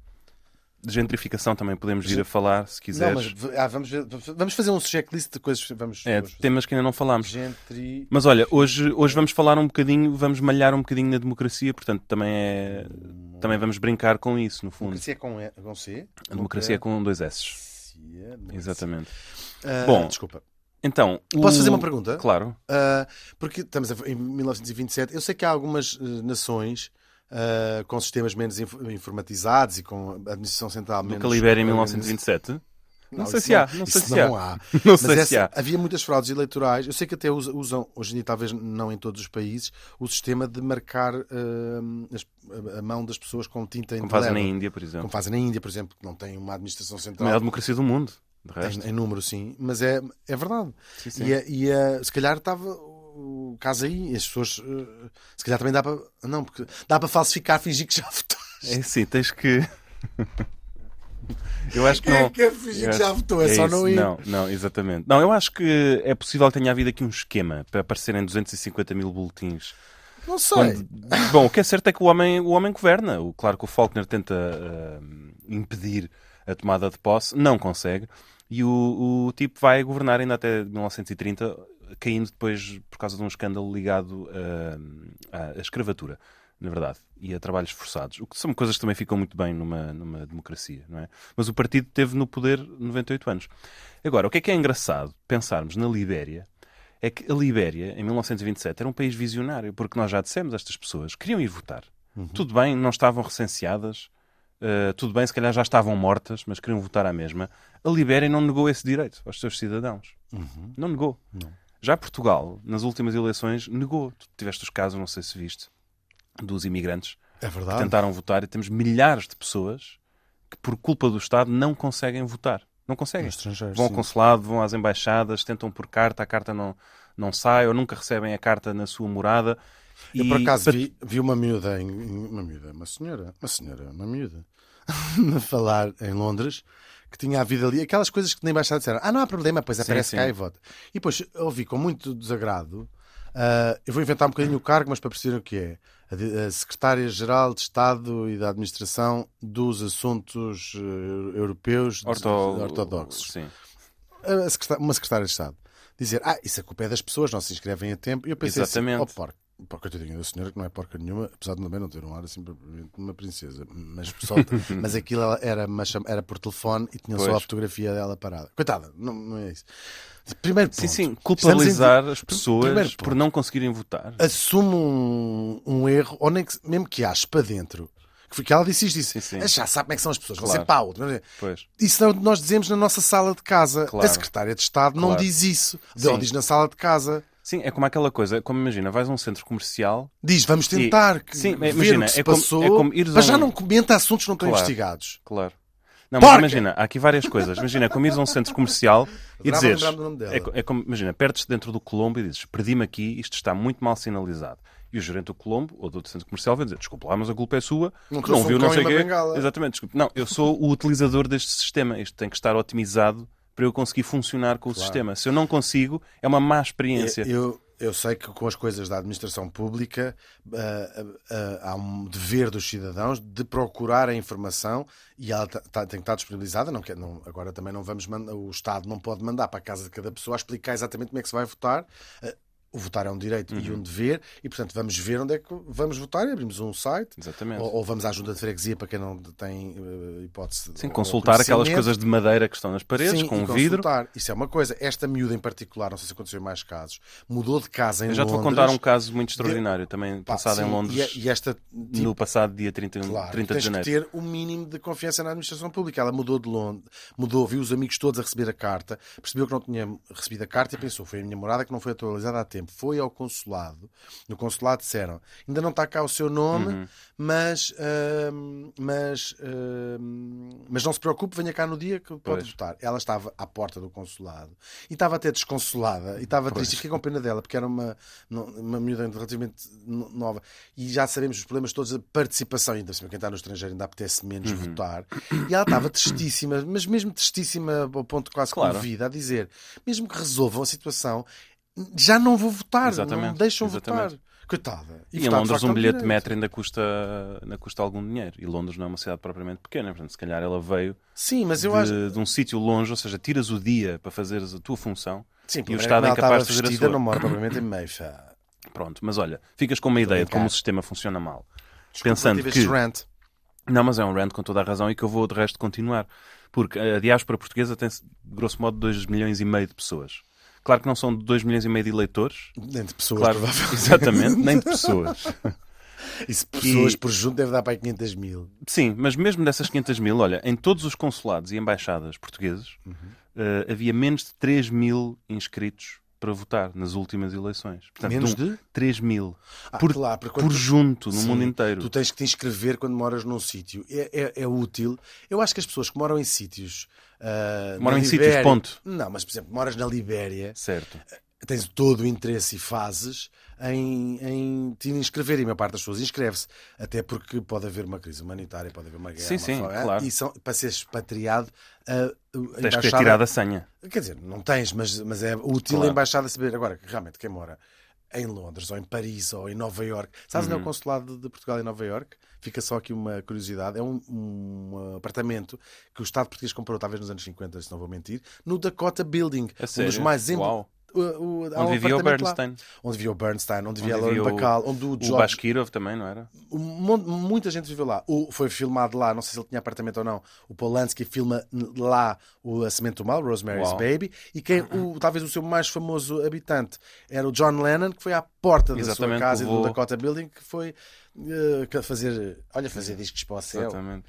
[SPEAKER 2] de Gentrificação também podemos vir a falar, se
[SPEAKER 4] Não, mas
[SPEAKER 2] quiseres.
[SPEAKER 4] v- ah, vamos, ver- vamos fazer um checklist de coisas. Vamos,
[SPEAKER 2] É,
[SPEAKER 4] vamos fazer.
[SPEAKER 2] temas que ainda não falámos.
[SPEAKER 4] Gentri.
[SPEAKER 2] Mas olha, hoje, hoje vamos falar um bocadinho, vamos malhar um bocadinho na democracia, portanto também é. Também vamos brincar com isso, no fundo.
[SPEAKER 4] Democracia com, E- com C?
[SPEAKER 2] A democracia é com dois S.
[SPEAKER 4] Democracia, democracia.
[SPEAKER 2] Exatamente.
[SPEAKER 4] Ah,
[SPEAKER 2] Bom,
[SPEAKER 4] desculpa.
[SPEAKER 2] Então. o-
[SPEAKER 4] Posso fazer uma pergunta?
[SPEAKER 2] Claro.
[SPEAKER 4] Ah, porque estamos a- em 1927. Eu sei que há algumas eh, nações ah, com sistemas menos inf- informatizados e com administração central
[SPEAKER 2] Do
[SPEAKER 4] menos. eh,
[SPEAKER 2] Calibéria em 1927. Não, sei
[SPEAKER 4] isso
[SPEAKER 2] se há, não sei
[SPEAKER 4] isso
[SPEAKER 2] se há.
[SPEAKER 4] não há.
[SPEAKER 2] (laughs) Não
[SPEAKER 4] Mas
[SPEAKER 2] sei se
[SPEAKER 4] essa- é
[SPEAKER 2] há.
[SPEAKER 4] havia muitas fraudes eleitorais. Eu sei que até usa- usam, hoje em dia, talvez não em todos os países, o sistema de marcar ah, as- a- a mão das pessoas com tinta em
[SPEAKER 2] Como fazem na
[SPEAKER 4] Indeleble.
[SPEAKER 2] Índia, por exemplo.
[SPEAKER 4] Como fazem na Índia, por exemplo, que não tem uma administração central.
[SPEAKER 2] Como... É a democracia do mundo. De resto.
[SPEAKER 4] Em, em número, sim, mas é, é verdade.
[SPEAKER 2] Sim, sim.
[SPEAKER 4] E, é- e é, se calhar estava o caso aí, as pessoas. eh, Se calhar também dá para. Não, porque dá para falsificar, fingir que já (laughs) votou.
[SPEAKER 2] É assim, tens que. (laughs) Eu acho que não.
[SPEAKER 4] quer fingir É que já votou, é, só
[SPEAKER 2] isso,
[SPEAKER 4] não ir.
[SPEAKER 2] Não, não, exatamente. Não, eu acho que é possível que tenha havido aqui um esquema para aparecerem 250 mil boletins.
[SPEAKER 4] Não sei.
[SPEAKER 2] Quando- Bom, o que é certo é que o homem, o homem governa. O, claro que o Faulkner tenta ah, impedir a tomada de posse, não consegue. E o, o tipo vai governar ainda até 1930, caindo depois por causa de um escândalo ligado ah, à escravatura, na verdade, e a trabalhos forçados. O que são coisas que também ficam muito bem numa, numa democracia, não é? Mas o partido teve no poder 98 anos. Agora, o que é que é engraçado pensarmos na Libéria é que a Libéria, em 1927, era um país visionário, porque nós já dissemos, estas pessoas queriam ir votar. Tudo bem, não estavam recenseadas, eh, tudo bem, se calhar já estavam mortas, mas queriam votar à mesma. A Libéria não negou esse direito aos seus cidadãos. Não negou. Já Portugal, nas últimas eleições, negou. Tu tiveste os casos, não sei se viste, dos imigrantes
[SPEAKER 4] É
[SPEAKER 2] que
[SPEAKER 4] verdade.
[SPEAKER 2] tentaram votar e temos milhares de pessoas que, por culpa do Estado, não conseguem votar. Não conseguem.
[SPEAKER 4] Nos estrangeiros,
[SPEAKER 2] Vão ao
[SPEAKER 4] sim.
[SPEAKER 2] consulado, vão às embaixadas, tentam por carta, a carta não, não sai ou nunca recebem a carta na sua morada.
[SPEAKER 4] Eu
[SPEAKER 2] E
[SPEAKER 4] por acaso
[SPEAKER 2] para-
[SPEAKER 4] vi, vi uma miúda, em, em- uma miúda, uma senhora, uma senhora, uma miúda, (laughs) a falar em Londres que tinha havido ali aquelas coisas que nem baixada disseram, ah, não há problema, pois aparece
[SPEAKER 2] sim.
[SPEAKER 4] cá e vota. E depois ouvi com muito desagrado, ah, eu vou inventar um bocadinho o cargo, mas para perceber o que é, a, de- a Secretária-Geral de Estado e da Administração dos Assuntos eh, Europeus de-
[SPEAKER 2] Orto...
[SPEAKER 4] Ortodoxos
[SPEAKER 2] Sim.
[SPEAKER 4] a secretar- uma secretária de Estado dizer ah, isso é culpa é das pessoas, não se inscrevem a tempo. E eu pensei
[SPEAKER 2] Exatamente.
[SPEAKER 4] assim, oh, porca, porca tadinha da senhora que não é porca nenhuma, apesar de também não ter um ar assim propriamente de uma princesa. Mas,
[SPEAKER 2] (laughs)
[SPEAKER 4] só, mas aquilo ela era, uma cham- era por telefone e tinha só
[SPEAKER 2] Pois.
[SPEAKER 4] a fotografia dela parada. Coitada, não, não é isso. Primeiro ponto,
[SPEAKER 2] Sim, sim,
[SPEAKER 4] estamos
[SPEAKER 2] culpabilizar
[SPEAKER 4] em-
[SPEAKER 2] as
[SPEAKER 4] Primeiro
[SPEAKER 2] pessoas
[SPEAKER 4] ponto.
[SPEAKER 2] por não conseguirem votar.
[SPEAKER 4] assume um, um erro, ou nem que, mesmo que ache para dentro, que foi que ela disse isto, disse,
[SPEAKER 2] Sim, sim.
[SPEAKER 4] "Ah, já sabe como é que são as pessoas,
[SPEAKER 2] Claro.
[SPEAKER 4] vão ser pau. não é?"
[SPEAKER 2] Pois.
[SPEAKER 4] Isso é o que nós dizemos na nossa sala de casa.
[SPEAKER 2] Claro.
[SPEAKER 4] A secretária de Estado não
[SPEAKER 2] Claro.
[SPEAKER 4] diz isso.
[SPEAKER 2] Sim.
[SPEAKER 4] Ela diz na sala de casa.
[SPEAKER 2] Sim, é como aquela coisa, como imagina, vais a um centro comercial
[SPEAKER 4] Diz, vamos tentar
[SPEAKER 2] E-
[SPEAKER 4] que,
[SPEAKER 2] sim,
[SPEAKER 4] ver
[SPEAKER 2] imagina,
[SPEAKER 4] o que se
[SPEAKER 2] é como-
[SPEAKER 4] passou,
[SPEAKER 2] é como ires a
[SPEAKER 4] mas já
[SPEAKER 2] um-
[SPEAKER 4] não comenta assuntos que não estão
[SPEAKER 2] Claro.
[SPEAKER 4] investigados.
[SPEAKER 2] Claro. Não, mas
[SPEAKER 4] Porca!
[SPEAKER 2] imagina, há aqui várias coisas. Imagina, é como ires a um centro comercial e
[SPEAKER 4] Adorava
[SPEAKER 2] dizes.
[SPEAKER 4] lembrar-me do nome dela.
[SPEAKER 2] É, co- é como, imagina, perdes dentro do Colombo e dizes: Perdi-me aqui, isto está muito mal sinalizado. E o gerente do Colombo ou do outro centro comercial vai dizer: Desculpa lá, mas a culpa é sua.
[SPEAKER 4] Não
[SPEAKER 2] que
[SPEAKER 4] trouxe um
[SPEAKER 2] viu, não
[SPEAKER 4] cão
[SPEAKER 2] sei
[SPEAKER 4] e
[SPEAKER 2] o
[SPEAKER 4] uma
[SPEAKER 2] quê.
[SPEAKER 4] bengala.
[SPEAKER 2] Exatamente, desculpe. Não, eu sou o utilizador deste sistema. Isto tem que estar otimizado para eu conseguir funcionar com o sistema. Se eu não consigo, é uma má experiência.
[SPEAKER 4] Eu, eu sei que com as coisas da administração pública ah, ah, ah, há um dever dos cidadãos de procurar a informação e ela tá- tá- tem que estar disponibilizada. Não quer, não- agora também não vamos mandar, o Estado não pode mandar para a casa de cada pessoa a explicar exatamente como é que se vai votar. Ah, o votar é um direito e
[SPEAKER 2] Uhum.
[SPEAKER 4] um dever, e portanto vamos ver onde é que vamos votar. Abrimos um site,
[SPEAKER 2] Exatamente.
[SPEAKER 4] ou, ou vamos à junta de freguesia para quem não tem eh, hipótese de.
[SPEAKER 2] Sim,
[SPEAKER 4] ou
[SPEAKER 2] consultar aquelas
[SPEAKER 4] conhecimento.
[SPEAKER 2] coisas de madeira que estão nas paredes,
[SPEAKER 4] Sim,
[SPEAKER 2] com
[SPEAKER 4] e
[SPEAKER 2] um vidro.
[SPEAKER 4] consultar. Isso é uma coisa. Esta miúda em particular, não sei se aconteceu em mais casos, mudou de casa em
[SPEAKER 2] Eu já te vou
[SPEAKER 4] Londres.
[SPEAKER 2] contar um caso muito extraordináudio, também
[SPEAKER 4] Pá,
[SPEAKER 2] passado
[SPEAKER 4] sim,
[SPEAKER 2] em Londres.
[SPEAKER 4] E, e esta. tipo,
[SPEAKER 2] no passado dia 31,
[SPEAKER 4] Claro,
[SPEAKER 2] 30 de
[SPEAKER 4] tens que
[SPEAKER 2] janeiro.
[SPEAKER 4] ter o mínimo de confiança na administração pública. Ela mudou de Londres, mudou, viu os amigos todos a receber a carta, percebeu que não tinha recebido a carta e pensou: foi a minha morada que não foi atualizada há tempo. tempo foi ao consulado. No consulado disseram: ainda não está cá o seu nome,
[SPEAKER 2] Uhum.
[SPEAKER 4] mas, ahm, mas, ahm, mas não se preocupe, venha cá no dia que pode
[SPEAKER 2] Pois.
[SPEAKER 4] votar. Ela estava à porta do consulado e estava até desconsolada e estava triste. E fiquei com pena dela porque era uma, não- uma miúda relativamente no- nova e já sabemos os problemas todos da participação. Ainda por cima, quem está no estrangeiro ainda apetece menos
[SPEAKER 2] Uhum.
[SPEAKER 4] votar. E ela estava tristíssima, mas mesmo tristíssima ao ponto quase
[SPEAKER 2] Claro.
[SPEAKER 4] com vida, a dizer: mesmo que resolvam a situação, já não vou votar, não
[SPEAKER 2] Exatamente,
[SPEAKER 4] me deixam
[SPEAKER 2] exatamente.
[SPEAKER 4] votar. Coitada.
[SPEAKER 2] E, em
[SPEAKER 4] votar, de
[SPEAKER 2] Londres
[SPEAKER 4] facto, é
[SPEAKER 2] um bilhete de
[SPEAKER 4] direito.
[SPEAKER 2] metro ainda custa, ainda custa algum dinheiro. E Londres não é uma cidade propriamente pequena, portanto, se calhar ela veio
[SPEAKER 4] Sim, mas
[SPEAKER 2] de,
[SPEAKER 4] eu acho.
[SPEAKER 2] de um sítio longe, ou seja, tiras o dia para fazeres a tua função.
[SPEAKER 4] Sim,
[SPEAKER 2] e o
[SPEAKER 4] primeiro
[SPEAKER 2] Estado
[SPEAKER 4] que
[SPEAKER 2] é
[SPEAKER 4] ela
[SPEAKER 2] incapaz
[SPEAKER 4] estava
[SPEAKER 2] de fazer a
[SPEAKER 4] vestida,
[SPEAKER 2] sua.
[SPEAKER 4] não mora propriamente em Mayfair.
[SPEAKER 2] Pronto, mas olha, ficas com uma ideia de como
[SPEAKER 4] brincar.
[SPEAKER 2] o sistema funciona mal.
[SPEAKER 4] Desculpa,
[SPEAKER 2] Pensando
[SPEAKER 4] tive
[SPEAKER 2] que-
[SPEAKER 4] este rant.
[SPEAKER 2] Não, mas é um rant com toda a razão e que eu vou de resto continuar. Porque a diáspora portuguesa tem, grosso modo, 2 milhões e meio de pessoas. Claro que não são 2 milhões e meio de eleitores.
[SPEAKER 4] Nem de pessoas,
[SPEAKER 2] Claro,
[SPEAKER 4] provavelmente.
[SPEAKER 2] exatamente, nem
[SPEAKER 4] (laughs)
[SPEAKER 2] de pessoas.
[SPEAKER 4] E se pessoas
[SPEAKER 2] E-
[SPEAKER 4] por junto deve dar para aí 500 mil.
[SPEAKER 2] Sim, mas mesmo dessas 500 mil, olha, em todos os consulados e embaixadas portugueses eh, havia menos de 3 mil inscritos para votar nas últimas eleições. Portanto,
[SPEAKER 4] Menos
[SPEAKER 2] um-
[SPEAKER 4] de?
[SPEAKER 2] 3 mil.
[SPEAKER 4] Ah,
[SPEAKER 2] por,
[SPEAKER 4] claro, porque
[SPEAKER 2] por
[SPEAKER 4] quando-
[SPEAKER 2] junto, no
[SPEAKER 4] Sim,
[SPEAKER 2] mundo inteiro.
[SPEAKER 4] Tu tens que te inscrever quando moras num sítio. É, é, é útil. Eu acho que as pessoas que moram em sítios. ah,
[SPEAKER 2] Moram
[SPEAKER 4] na
[SPEAKER 2] em sítios,
[SPEAKER 4] Libéria-
[SPEAKER 2] ponto.
[SPEAKER 4] Não, mas por exemplo, moras na Libéria,
[SPEAKER 2] Certo.
[SPEAKER 4] tens todo o interesse e fazes em, em te inscrever. E a maior parte das pessoas inscreve-se. Até porque pode haver uma crise humanitária, pode haver uma guerra.
[SPEAKER 2] Sim,
[SPEAKER 4] uma
[SPEAKER 2] sim,
[SPEAKER 4] fome,
[SPEAKER 2] claro.
[SPEAKER 4] E são, para seres expatriado, a, a
[SPEAKER 2] Tens que ter
[SPEAKER 4] embaixada-
[SPEAKER 2] tirado a senha.
[SPEAKER 4] Quer dizer, não tens, mas, mas é útil
[SPEAKER 2] Claro.
[SPEAKER 4] a embaixada saber. Agora, que realmente, quem mora em Londres, ou em Paris, ou em Nova Iorque Sabes
[SPEAKER 2] Uhum.
[SPEAKER 4] onde é o consulado de Portugal em Nova Iorque Fica só aqui uma curiosidade. É um, um apartamento que o Estado português comprou, talvez nos anos 50, se não vou mentir, no Dakota Building.
[SPEAKER 2] A
[SPEAKER 4] um dos
[SPEAKER 2] sério?
[SPEAKER 4] mais... endo-
[SPEAKER 2] Uau.
[SPEAKER 4] O, o, há um
[SPEAKER 2] Onde vivia o
[SPEAKER 4] apartamento lá. Um
[SPEAKER 2] Bernstein.
[SPEAKER 4] Onde vivia o Bernstein, onde vivia a
[SPEAKER 2] Onde
[SPEAKER 4] Lauren
[SPEAKER 2] havia o-
[SPEAKER 4] Bacall, onde o
[SPEAKER 2] O
[SPEAKER 4] George
[SPEAKER 2] Bashkirov também, não era?
[SPEAKER 4] um mon- muita gente viveu lá. O, foi filmado lá, não sei se ele tinha apartamento ou não. O Polanski filma n- lá o Nascimento do Mal, Rosemary's
[SPEAKER 2] Uau.
[SPEAKER 4] Baby. E quem, o, talvez o seu mais famoso habitante era o John Lennon, que foi à porta da
[SPEAKER 2] Exatamente,
[SPEAKER 4] sua casa e do
[SPEAKER 2] levou-
[SPEAKER 4] Dakota Building, que foi eh, que- fazer, olha, fazer discos para o céu.
[SPEAKER 2] Exatamente.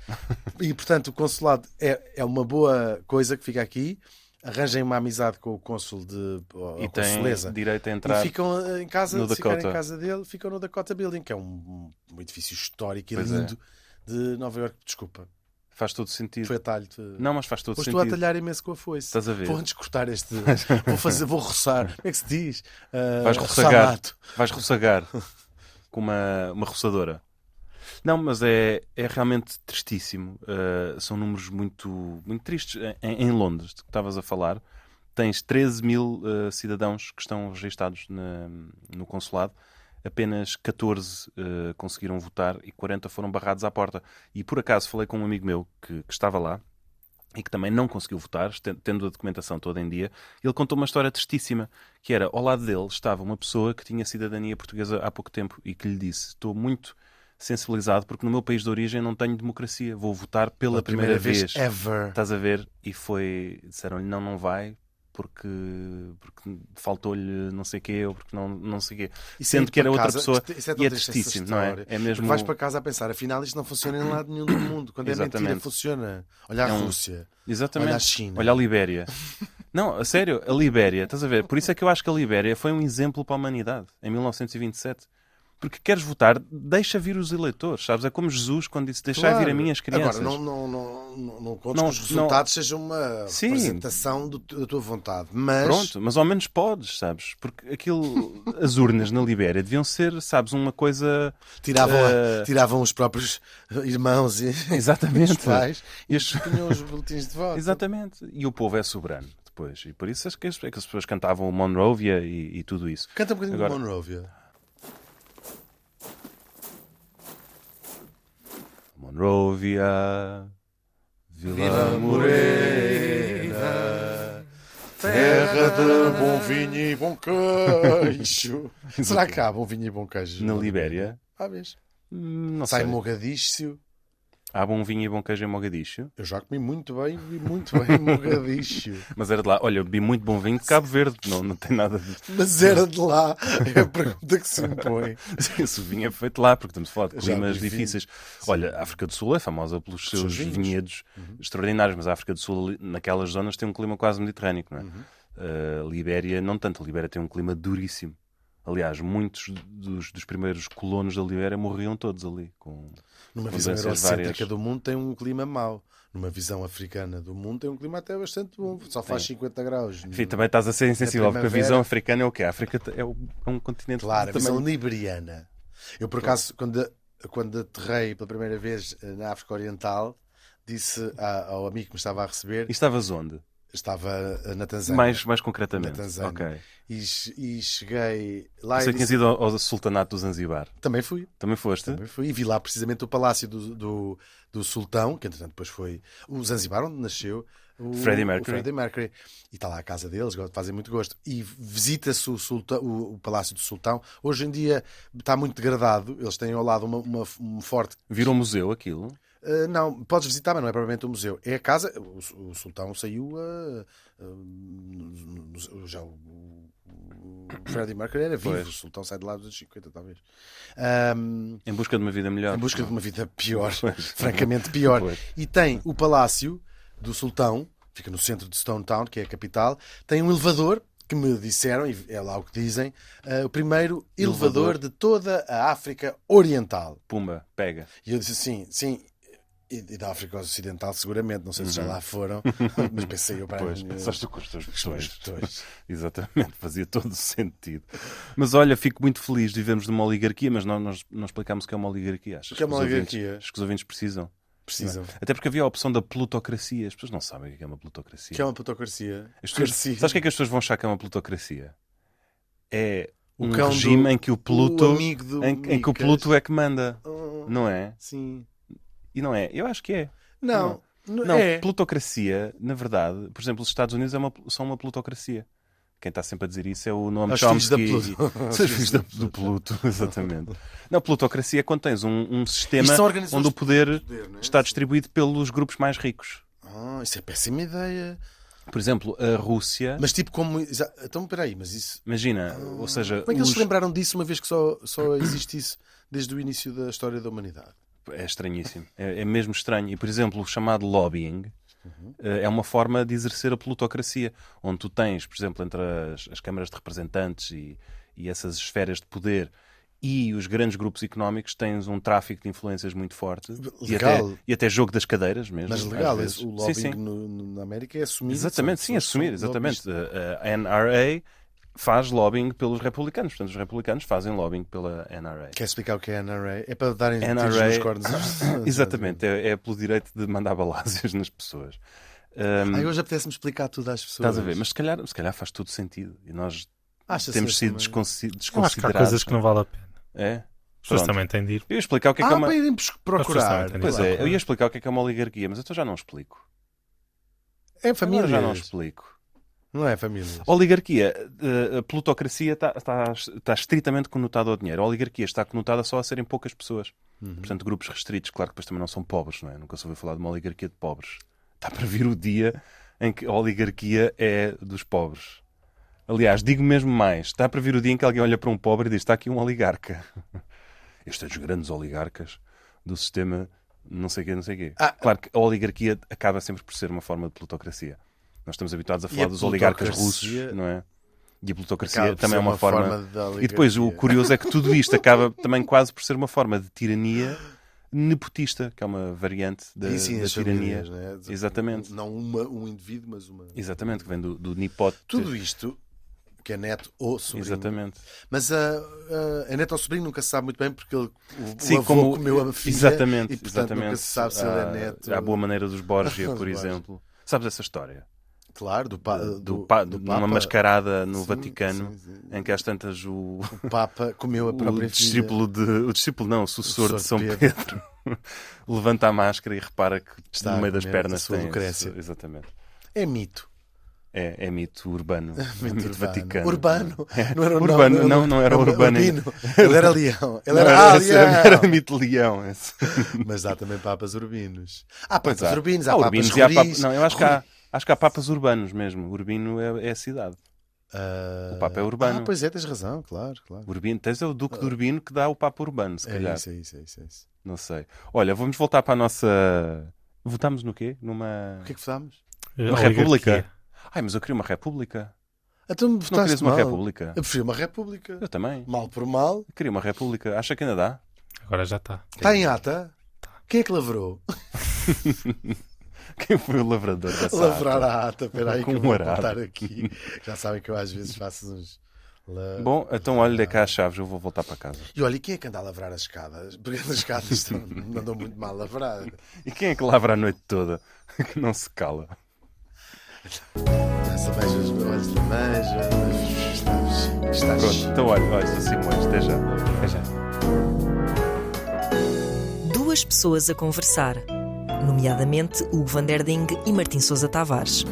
[SPEAKER 4] E portanto, o consulado é, é uma boa coisa que fica aqui. Arranjem uma amizade com o cônsul de ou,
[SPEAKER 2] E
[SPEAKER 4] ou
[SPEAKER 2] tem
[SPEAKER 4] consuleza.
[SPEAKER 2] direito a
[SPEAKER 4] Oh, E
[SPEAKER 2] entrar.
[SPEAKER 4] ficam eh, em casa,
[SPEAKER 2] no
[SPEAKER 4] se ficarem
[SPEAKER 2] Dakota.
[SPEAKER 4] em casa dele, ficam no Dakota Building, que é um, um edifício histórico e
[SPEAKER 2] Pois é.
[SPEAKER 4] lindo de Nova Iorque. Desculpa,
[SPEAKER 2] Faz todo sentido.
[SPEAKER 4] foi atalho. De...
[SPEAKER 2] Não, mas faz todo
[SPEAKER 4] Pois estou a
[SPEAKER 2] sentido.
[SPEAKER 4] atalhar imenso com a foice.
[SPEAKER 2] Estás a ver?
[SPEAKER 4] Vou antes
[SPEAKER 2] (laughs)
[SPEAKER 4] cortar este. vou fazer, vou roçar. Como é que se diz? Ah,
[SPEAKER 2] Vais
[SPEAKER 4] roçar
[SPEAKER 2] roçagar.
[SPEAKER 4] mato.
[SPEAKER 2] Vais roçagar com uma, uma roçadora. Não, mas é, é realmente tristíssimo. Uh, são números muito, muito tristes. Em, em Londres, de que estavas a falar, tens 13 mil uh, cidadãos que estão registados na- no consulado. Apenas 14 uh, conseguiram votar e 40 foram barrados à porta. E por acaso falei com um amigo meu que- que estava lá e que também não conseguiu votar, este- tendo a documentação toda em dia, ele contou uma história tristíssima, que era, ao lado dele estava uma pessoa que tinha cidadania portuguesa há pouco tempo e que lhe disse, estou muito sensibilizado porque no meu país de origem não tenho democracia, vou votar pela,
[SPEAKER 4] Pela
[SPEAKER 2] primeira, vez. É, Tá.
[SPEAKER 4] ever.
[SPEAKER 2] Estás a ver? E foi, disseram-lhe, não, não vai, porque, porque faltou-lhe não sei quê, ou porque não, não sei quê.
[SPEAKER 4] Isso é
[SPEAKER 2] Sendo
[SPEAKER 4] ir
[SPEAKER 2] que era
[SPEAKER 4] para
[SPEAKER 2] outra
[SPEAKER 4] casa,
[SPEAKER 2] pessoa,
[SPEAKER 4] isto- isso é tão
[SPEAKER 2] e é
[SPEAKER 4] triste essa
[SPEAKER 2] tristíssimo, não é?
[SPEAKER 4] história.
[SPEAKER 2] É mesmo...
[SPEAKER 4] Porque vais para casa a pensar, afinal isto não funciona em lado nenhum do mundo. Quando é mentira,
[SPEAKER 2] Exatamente.
[SPEAKER 4] funciona. Olha a
[SPEAKER 2] É um-
[SPEAKER 4] Rússia,
[SPEAKER 2] Exatamente.
[SPEAKER 4] Olha a China.
[SPEAKER 2] Olha a Libéria. (laughs) Não, a sério, a Libéria, estás a ver? Por isso é que eu acho que a Libéria foi um exemplo para a humanidade, em 1927. Porque queres votar, deixa vir os eleitores, sabes? É como Jesus quando disse, deixa
[SPEAKER 4] Claro.
[SPEAKER 2] vir a mim as crianças.
[SPEAKER 4] Agora, não, não, não, não, não contes
[SPEAKER 2] Não-
[SPEAKER 4] que os resultados sejam uma
[SPEAKER 2] Sim.
[SPEAKER 4] apresentação do- da tua vontade, mas
[SPEAKER 2] Pronto, mas ao menos podes, sabes? Porque aquilo, as urnas na Libéria deviam ser, sabes, uma coisa...
[SPEAKER 4] tiravam,
[SPEAKER 2] Eh,
[SPEAKER 4] tiravam os próprios
[SPEAKER 2] (laughs)
[SPEAKER 4] irmãos e
[SPEAKER 2] Exatamente.
[SPEAKER 4] (laughs) os pais e
[SPEAKER 2] Este-
[SPEAKER 4] punham os boletins de voto.
[SPEAKER 2] Exatamente. E o povo é soberano depois. E por isso é que as, é que as pessoas cantavam Monrovia e, e tudo isso.
[SPEAKER 4] Canta um bocadinho
[SPEAKER 2] Agora-
[SPEAKER 4] de Monrovia.
[SPEAKER 2] Monrovia, Vila Morena,
[SPEAKER 4] Terra de bom vinho e
[SPEAKER 2] (laughs)
[SPEAKER 4] bom queijo. Será que há bom vinho e bom queijo?
[SPEAKER 2] na Libéria.
[SPEAKER 4] Há vez.
[SPEAKER 2] Hum, Não
[SPEAKER 4] Sai
[SPEAKER 2] sei.
[SPEAKER 4] Mogadíscio.
[SPEAKER 2] Há bom vinho e bom queijo em Mogadiscio.
[SPEAKER 4] Eu já comi muito bem, vi
[SPEAKER 2] (laughs)
[SPEAKER 4] muito bem em Mogadíscio.
[SPEAKER 2] Mas era de lá. Olha, eu bebi muito bom vinho de Cabo Verde. Não, não tem nada de...
[SPEAKER 4] Mas era de lá. É a pergunta que se me
[SPEAKER 2] (laughs)
[SPEAKER 4] põe.
[SPEAKER 2] Esse vinho é feito lá, porque estamos a falar de
[SPEAKER 4] Eu já
[SPEAKER 2] climas
[SPEAKER 4] bebi vinho.
[SPEAKER 2] difíceis. Olha, a África do Sul é famosa pelos
[SPEAKER 4] Pelos
[SPEAKER 2] seus
[SPEAKER 4] seus vinhos. Uhum.
[SPEAKER 2] vinhedos extraordinários, mas a África do Sul, ali- naquelas
[SPEAKER 4] Uhum.
[SPEAKER 2] zonas, tem um clima quase mediterrâneo, não é? Uh, Libéria, não tanto. A Libéria tem um clima duríssimo. Aliás, muitos dos, dos primeiros colonos da Oliveira morriam todos ali. Com...
[SPEAKER 4] Numa
[SPEAKER 2] Com
[SPEAKER 4] visão
[SPEAKER 2] doenças
[SPEAKER 4] eurocêntrica
[SPEAKER 2] várias.
[SPEAKER 4] do mundo tem um clima mau. Numa visão africana do mundo tem um clima até bastante bom. Só faz 50 graus.
[SPEAKER 2] Enfim, também estás a ser insensível, porque a
[SPEAKER 4] Uhum. primavera-
[SPEAKER 2] visão africana é o quê? A África é o- é um continente
[SPEAKER 4] Claro, a
[SPEAKER 2] também
[SPEAKER 4] visão liberiana. Eu, por acaso, quando, quando aterrei pela primeira vez eh, na África Oriental, disse a- ao amigo que me estava a receber,
[SPEAKER 2] E estavas onde?
[SPEAKER 4] estava eh, na Tanzânia.
[SPEAKER 2] Mais, mais concretamente.
[SPEAKER 4] Na Tanzânia.
[SPEAKER 2] Ok.
[SPEAKER 4] E, che- e cheguei lá
[SPEAKER 2] Sei
[SPEAKER 4] e
[SPEAKER 2] é que
[SPEAKER 4] disse-
[SPEAKER 2] tinhas ido ao, ao Sultanato do Zanzibar.
[SPEAKER 4] também fui.
[SPEAKER 2] Também foste?
[SPEAKER 4] Também fui. E vi lá precisamente o palácio do, do, do Sultão, que entretanto depois foi o Zanzibar, onde nasceu o
[SPEAKER 2] Freddie Mercury.
[SPEAKER 4] o Freddie Mercury. E está lá a casa deles, go- fazem muito gosto. E visita-se o, Sultão- o, o palácio do Sultão. Hoje em dia está muito degradado. Eles têm ao lado uma, uma, um forte.
[SPEAKER 2] Virou museu aquilo?
[SPEAKER 4] Ah, não, podes visitar, mas não é propriamente um museu. É a casa. O, su- o Sultão saiu eh, a. já o, o Freddie Mercury era vivo.
[SPEAKER 2] Pois.
[SPEAKER 4] O Sultão sai de lá dos anos 50, talvez. Ahm,
[SPEAKER 2] Em busca de uma vida melhor.
[SPEAKER 4] em busca de uma vida pior,
[SPEAKER 2] Pois.
[SPEAKER 4] francamente pior.
[SPEAKER 2] Pois.
[SPEAKER 4] E tem o palácio do sultão, fica no centro de Stone Town, que é a capital, tem um elevador que me disseram, e é lá o que dizem, eh, o primeiro elevador,
[SPEAKER 2] Elevador.
[SPEAKER 4] de toda a África Oriental.
[SPEAKER 2] Pumba, pega.
[SPEAKER 4] E eu disse assim, sim, e, e da África Ocidental seguramente, não sei se já lá
[SPEAKER 2] (laughs)
[SPEAKER 4] foram, mas pensei eu para
[SPEAKER 2] Uhum. Pois,
[SPEAKER 4] a minha-
[SPEAKER 2] pensaste com os teus
[SPEAKER 4] Pois,
[SPEAKER 2] questões.
[SPEAKER 4] pois. (laughs)
[SPEAKER 2] Exatamente, fazia todo o sentido. Mas olha, fico muito feliz de vivermos numa oligarquia, mas nós, nós não explicámos o que é uma oligarquia. Achas
[SPEAKER 4] O que é uma
[SPEAKER 2] os ouvintes-
[SPEAKER 4] oligarquia?
[SPEAKER 2] Acho que os ouvintes precisam.
[SPEAKER 4] Precisam.
[SPEAKER 2] Até porque havia a opção da plutocracia. As pessoas não sabem o que é uma plutocracia.
[SPEAKER 4] Que é uma plutocracia.
[SPEAKER 2] As pessoas,
[SPEAKER 4] Sim.
[SPEAKER 2] sabes o que é que as pessoas vão achar que é uma plutocracia? É
[SPEAKER 4] O
[SPEAKER 2] um
[SPEAKER 4] cão do-
[SPEAKER 2] regime em que o Pluto
[SPEAKER 4] o amigo do
[SPEAKER 2] em, em que o
[SPEAKER 4] Micas.
[SPEAKER 2] Pluto é que manda,
[SPEAKER 4] Oh,
[SPEAKER 2] não é?
[SPEAKER 4] Sim.
[SPEAKER 2] E não é? Eu acho que é.
[SPEAKER 4] Não, não,
[SPEAKER 2] Não,
[SPEAKER 4] é.
[SPEAKER 2] plutocracia, na verdade, por exemplo, os Estados Unidos é uma- são uma plutocracia. Quem está sempre a dizer isso é o Noam
[SPEAKER 4] Os filhos
[SPEAKER 2] Chomsky.
[SPEAKER 4] da
[SPEAKER 2] (laughs)
[SPEAKER 4] Pluto.
[SPEAKER 2] São os filhos da- do Pluto, (laughs) exatamente. Não, plutocracia é quando tens um, um sistema
[SPEAKER 4] Isto são organizações
[SPEAKER 2] onde o poder
[SPEAKER 4] de poder, não é?
[SPEAKER 2] está distribuído pelos grupos mais ricos.
[SPEAKER 4] Ah, isso é péssima ideia.
[SPEAKER 2] Por exemplo, a Rússia.
[SPEAKER 4] Mas tipo como... exa- Então, peraí, mas isso...
[SPEAKER 2] Imagina, ou seja,
[SPEAKER 4] Como é que eles
[SPEAKER 2] os-
[SPEAKER 4] se lembraram disso uma vez que só,
[SPEAKER 2] (coughs)
[SPEAKER 4] só existe isso desde o início da história da humanidade?
[SPEAKER 2] É estranhíssimo. É, é mesmo estranho. E, por exemplo, o chamado lobbying eh, é uma forma de exercer a plutocracia, onde tu tens, por exemplo, entre as, as câmaras de representantes e, e essas esferas de poder e os grandes grupos económicos, tens um tráfico de influências muito forte. E
[SPEAKER 4] Legal.
[SPEAKER 2] até, e até jogo das cadeiras mesmo.
[SPEAKER 4] Mas
[SPEAKER 2] às
[SPEAKER 4] legal,
[SPEAKER 2] vezes.
[SPEAKER 4] esse- o lobbying
[SPEAKER 2] Sim, sim.
[SPEAKER 4] no- no- na América é assumir.
[SPEAKER 2] Exatamente,
[SPEAKER 4] são-
[SPEAKER 2] sim,
[SPEAKER 4] são-
[SPEAKER 2] assumir,
[SPEAKER 4] são
[SPEAKER 2] exatamente. Eh,
[SPEAKER 4] lobbies.
[SPEAKER 2] A- A NRA faz lobbying pelos republicanos, portanto, os republicanos fazem lobbying pela NRA.
[SPEAKER 4] Quer explicar o que é NRA? É para darem tiros
[SPEAKER 2] NRA. (coughs)
[SPEAKER 4] nos cornos.
[SPEAKER 2] Exatamente, é, é pelo direito de mandar balásias (laughs) nas pessoas. Ahm,
[SPEAKER 4] Aí hoje apetece-me explicar tudo às pessoas.
[SPEAKER 2] estás a ver? Mas se calhar, se calhar faz todo sentido. E nós
[SPEAKER 4] Acha-se
[SPEAKER 2] temos
[SPEAKER 4] essa
[SPEAKER 2] sido
[SPEAKER 4] maneira?
[SPEAKER 2] desconsi-
[SPEAKER 3] Eu acho que há
[SPEAKER 2] desconsiderados.
[SPEAKER 3] coisas que não vale a pena.
[SPEAKER 2] É?
[SPEAKER 3] As pessoas
[SPEAKER 2] Pronto.
[SPEAKER 3] também têm de ir.
[SPEAKER 2] Eu ia explicar o que é que é
[SPEAKER 4] Ah,
[SPEAKER 2] uma.
[SPEAKER 4] para irem bus- procurar.
[SPEAKER 3] As pessoas também
[SPEAKER 2] Pois
[SPEAKER 3] têm de ir.
[SPEAKER 2] é, eu ia explicar o que é que é uma oligarquia, mas eu já não explico.
[SPEAKER 4] É
[SPEAKER 2] Agora
[SPEAKER 4] família.
[SPEAKER 2] já não explico.
[SPEAKER 4] Não é família.
[SPEAKER 2] Oligarquia, eh, a plutocracia está, está, está estritamente conotada ao dinheiro. A oligarquia está conotada só a serem poucas pessoas. Portanto, grupos restritos, claro que depois também não são pobres, não é? Nunca se ouviu falar de uma oligarquia de pobres. Está para vir o dia em que a oligarquia é dos pobres. Aliás, digo mesmo mais: está para vir o dia em que alguém olha para um pobre e diz: está aqui um oligarca. (laughs) Estes são os grandes oligarcas do sistema não sei quê, não sei quê.
[SPEAKER 4] Ah.
[SPEAKER 2] claro que a oligarquia acaba sempre por ser uma forma de plutocracia. Nós estamos habituados a
[SPEAKER 4] E
[SPEAKER 2] falar
[SPEAKER 4] a
[SPEAKER 2] dos oligarcas russos,
[SPEAKER 4] plutocracia
[SPEAKER 2] não é? E a plutocracia
[SPEAKER 4] Acaba por
[SPEAKER 2] também é
[SPEAKER 4] ser
[SPEAKER 2] uma,
[SPEAKER 4] uma
[SPEAKER 2] forma.
[SPEAKER 4] forma de
[SPEAKER 2] e depois o
[SPEAKER 4] oligarquia.
[SPEAKER 2] curioso é que tudo isto
[SPEAKER 4] (laughs)
[SPEAKER 2] acaba também quase por ser uma forma de tirania nepotista, que é uma variante da,
[SPEAKER 4] E sim,
[SPEAKER 2] da
[SPEAKER 4] as
[SPEAKER 2] tirania.
[SPEAKER 4] famílias, não é?
[SPEAKER 2] Exatamente.
[SPEAKER 4] Não uma, um indivíduo, mas uma.
[SPEAKER 2] Exatamente, que vem do, do nipote.
[SPEAKER 4] Tudo isto, que é neto ou sobrinho.
[SPEAKER 2] Exatamente.
[SPEAKER 4] Mas a, a, a neto ou sobrinho nunca se sabe muito bem, porque ele, o,
[SPEAKER 2] Sim,
[SPEAKER 4] o avô
[SPEAKER 2] como-
[SPEAKER 4] comeu a filha.
[SPEAKER 2] exatamente,
[SPEAKER 4] E, portanto,
[SPEAKER 2] exatamente.
[SPEAKER 4] nunca se sabe se ele é neto.
[SPEAKER 2] A boa maneira dos
[SPEAKER 4] (laughs)
[SPEAKER 2] Borgia, por
[SPEAKER 4] Borgia.
[SPEAKER 2] exemplo. Sabes essa história?
[SPEAKER 4] Claro, do, pa,
[SPEAKER 2] do,
[SPEAKER 4] Ah, do,
[SPEAKER 2] pa-
[SPEAKER 4] do
[SPEAKER 2] numa
[SPEAKER 4] Papa.
[SPEAKER 2] mascarada no
[SPEAKER 4] Sim,
[SPEAKER 2] Vaticano,
[SPEAKER 4] sim, sim.
[SPEAKER 2] em que às tantas
[SPEAKER 4] (laughs)
[SPEAKER 2] o,
[SPEAKER 4] O Papa comeu a
[SPEAKER 2] o
[SPEAKER 4] própria filha.
[SPEAKER 2] discípulo de, o discípulo não, o sucessor
[SPEAKER 4] O
[SPEAKER 2] de São
[SPEAKER 4] sucessor
[SPEAKER 2] Pedro, (laughs)
[SPEAKER 4] de
[SPEAKER 2] levanta a máscara e repara que
[SPEAKER 4] Está
[SPEAKER 2] no
[SPEAKER 4] a
[SPEAKER 2] meio das
[SPEAKER 4] comer a
[SPEAKER 2] pernas
[SPEAKER 4] sua
[SPEAKER 2] tem
[SPEAKER 4] Lucrécia.
[SPEAKER 2] esse- exatamente.
[SPEAKER 4] É mito.
[SPEAKER 2] É, é mito
[SPEAKER 4] (laughs)
[SPEAKER 2] urbano, mito,
[SPEAKER 4] Mito urbano.
[SPEAKER 2] vaticano. (laughs) É,
[SPEAKER 4] Urbano. Não era
[SPEAKER 2] Urbano,
[SPEAKER 4] não,
[SPEAKER 2] não, não era urbano.
[SPEAKER 4] Urbino. Ele era leão. Ele
[SPEAKER 2] Não,
[SPEAKER 4] era,
[SPEAKER 2] era,
[SPEAKER 4] ah,
[SPEAKER 2] esse era-
[SPEAKER 4] leão.
[SPEAKER 2] era mito leão. esse. (laughs)
[SPEAKER 4] Mas há também papas urbinos. Há
[SPEAKER 2] Pois
[SPEAKER 4] papas urbinos, há,
[SPEAKER 2] Há
[SPEAKER 4] papas
[SPEAKER 2] Ah, urbinos e há
[SPEAKER 4] ruris.
[SPEAKER 2] papas- Não, eu acho que há, acho que há papas urbanos mesmo. Urbino é, é a cidade.
[SPEAKER 4] Ah,
[SPEAKER 2] O Papa é urbano.
[SPEAKER 4] Ah, pois é, tens razão, claro, claro.
[SPEAKER 2] Urbino, tens é o Duque de Urbino que dá o Papa Urbano, se
[SPEAKER 4] É
[SPEAKER 2] calhar.
[SPEAKER 4] isso, é isso, é isso, é isso.
[SPEAKER 2] Não sei. Olha, vamos voltar para a nossa. Votámos no quê? Numa.
[SPEAKER 4] O que é que votámos?
[SPEAKER 2] Uma
[SPEAKER 3] Oligarquia.
[SPEAKER 2] república. Ai, mas eu queria uma república.
[SPEAKER 4] Então me
[SPEAKER 2] Tu não querias
[SPEAKER 4] votaste
[SPEAKER 2] uma
[SPEAKER 4] mal.
[SPEAKER 2] república?
[SPEAKER 4] Eu prefiro uma república.
[SPEAKER 2] Eu também.
[SPEAKER 4] Mal por mal.
[SPEAKER 2] Queria uma república. Acha que ainda dá? (laughs)
[SPEAKER 3] Agora já está.
[SPEAKER 4] Está em ata? Quem é que lavrou?
[SPEAKER 2] Quem foi o lavrador dessa
[SPEAKER 4] Lavrar
[SPEAKER 2] ata?
[SPEAKER 4] a ata. Espera aí que
[SPEAKER 2] Com
[SPEAKER 4] eu vou
[SPEAKER 2] um arado.
[SPEAKER 4] apontar aqui. Já sabem que eu às vezes faço uns... la-
[SPEAKER 2] Bom, então olha dê cá as chaves, eu vou voltar para casa.
[SPEAKER 4] E olha, e quem é que anda a lavrar as escadas? Porque as escadas estão, andam muito mal lavradas.
[SPEAKER 2] E quem é que lavra a noite toda? (laughs) Que não se cala.
[SPEAKER 4] Essa beija os olhos da manja. Estás, estás
[SPEAKER 2] Pronto, então olha, olha, sou Simões, até já.
[SPEAKER 3] Até já.
[SPEAKER 5] Duas pessoas a conversar, nomeadamente Hugo Van Der Ding e Martim Sousa Tavares.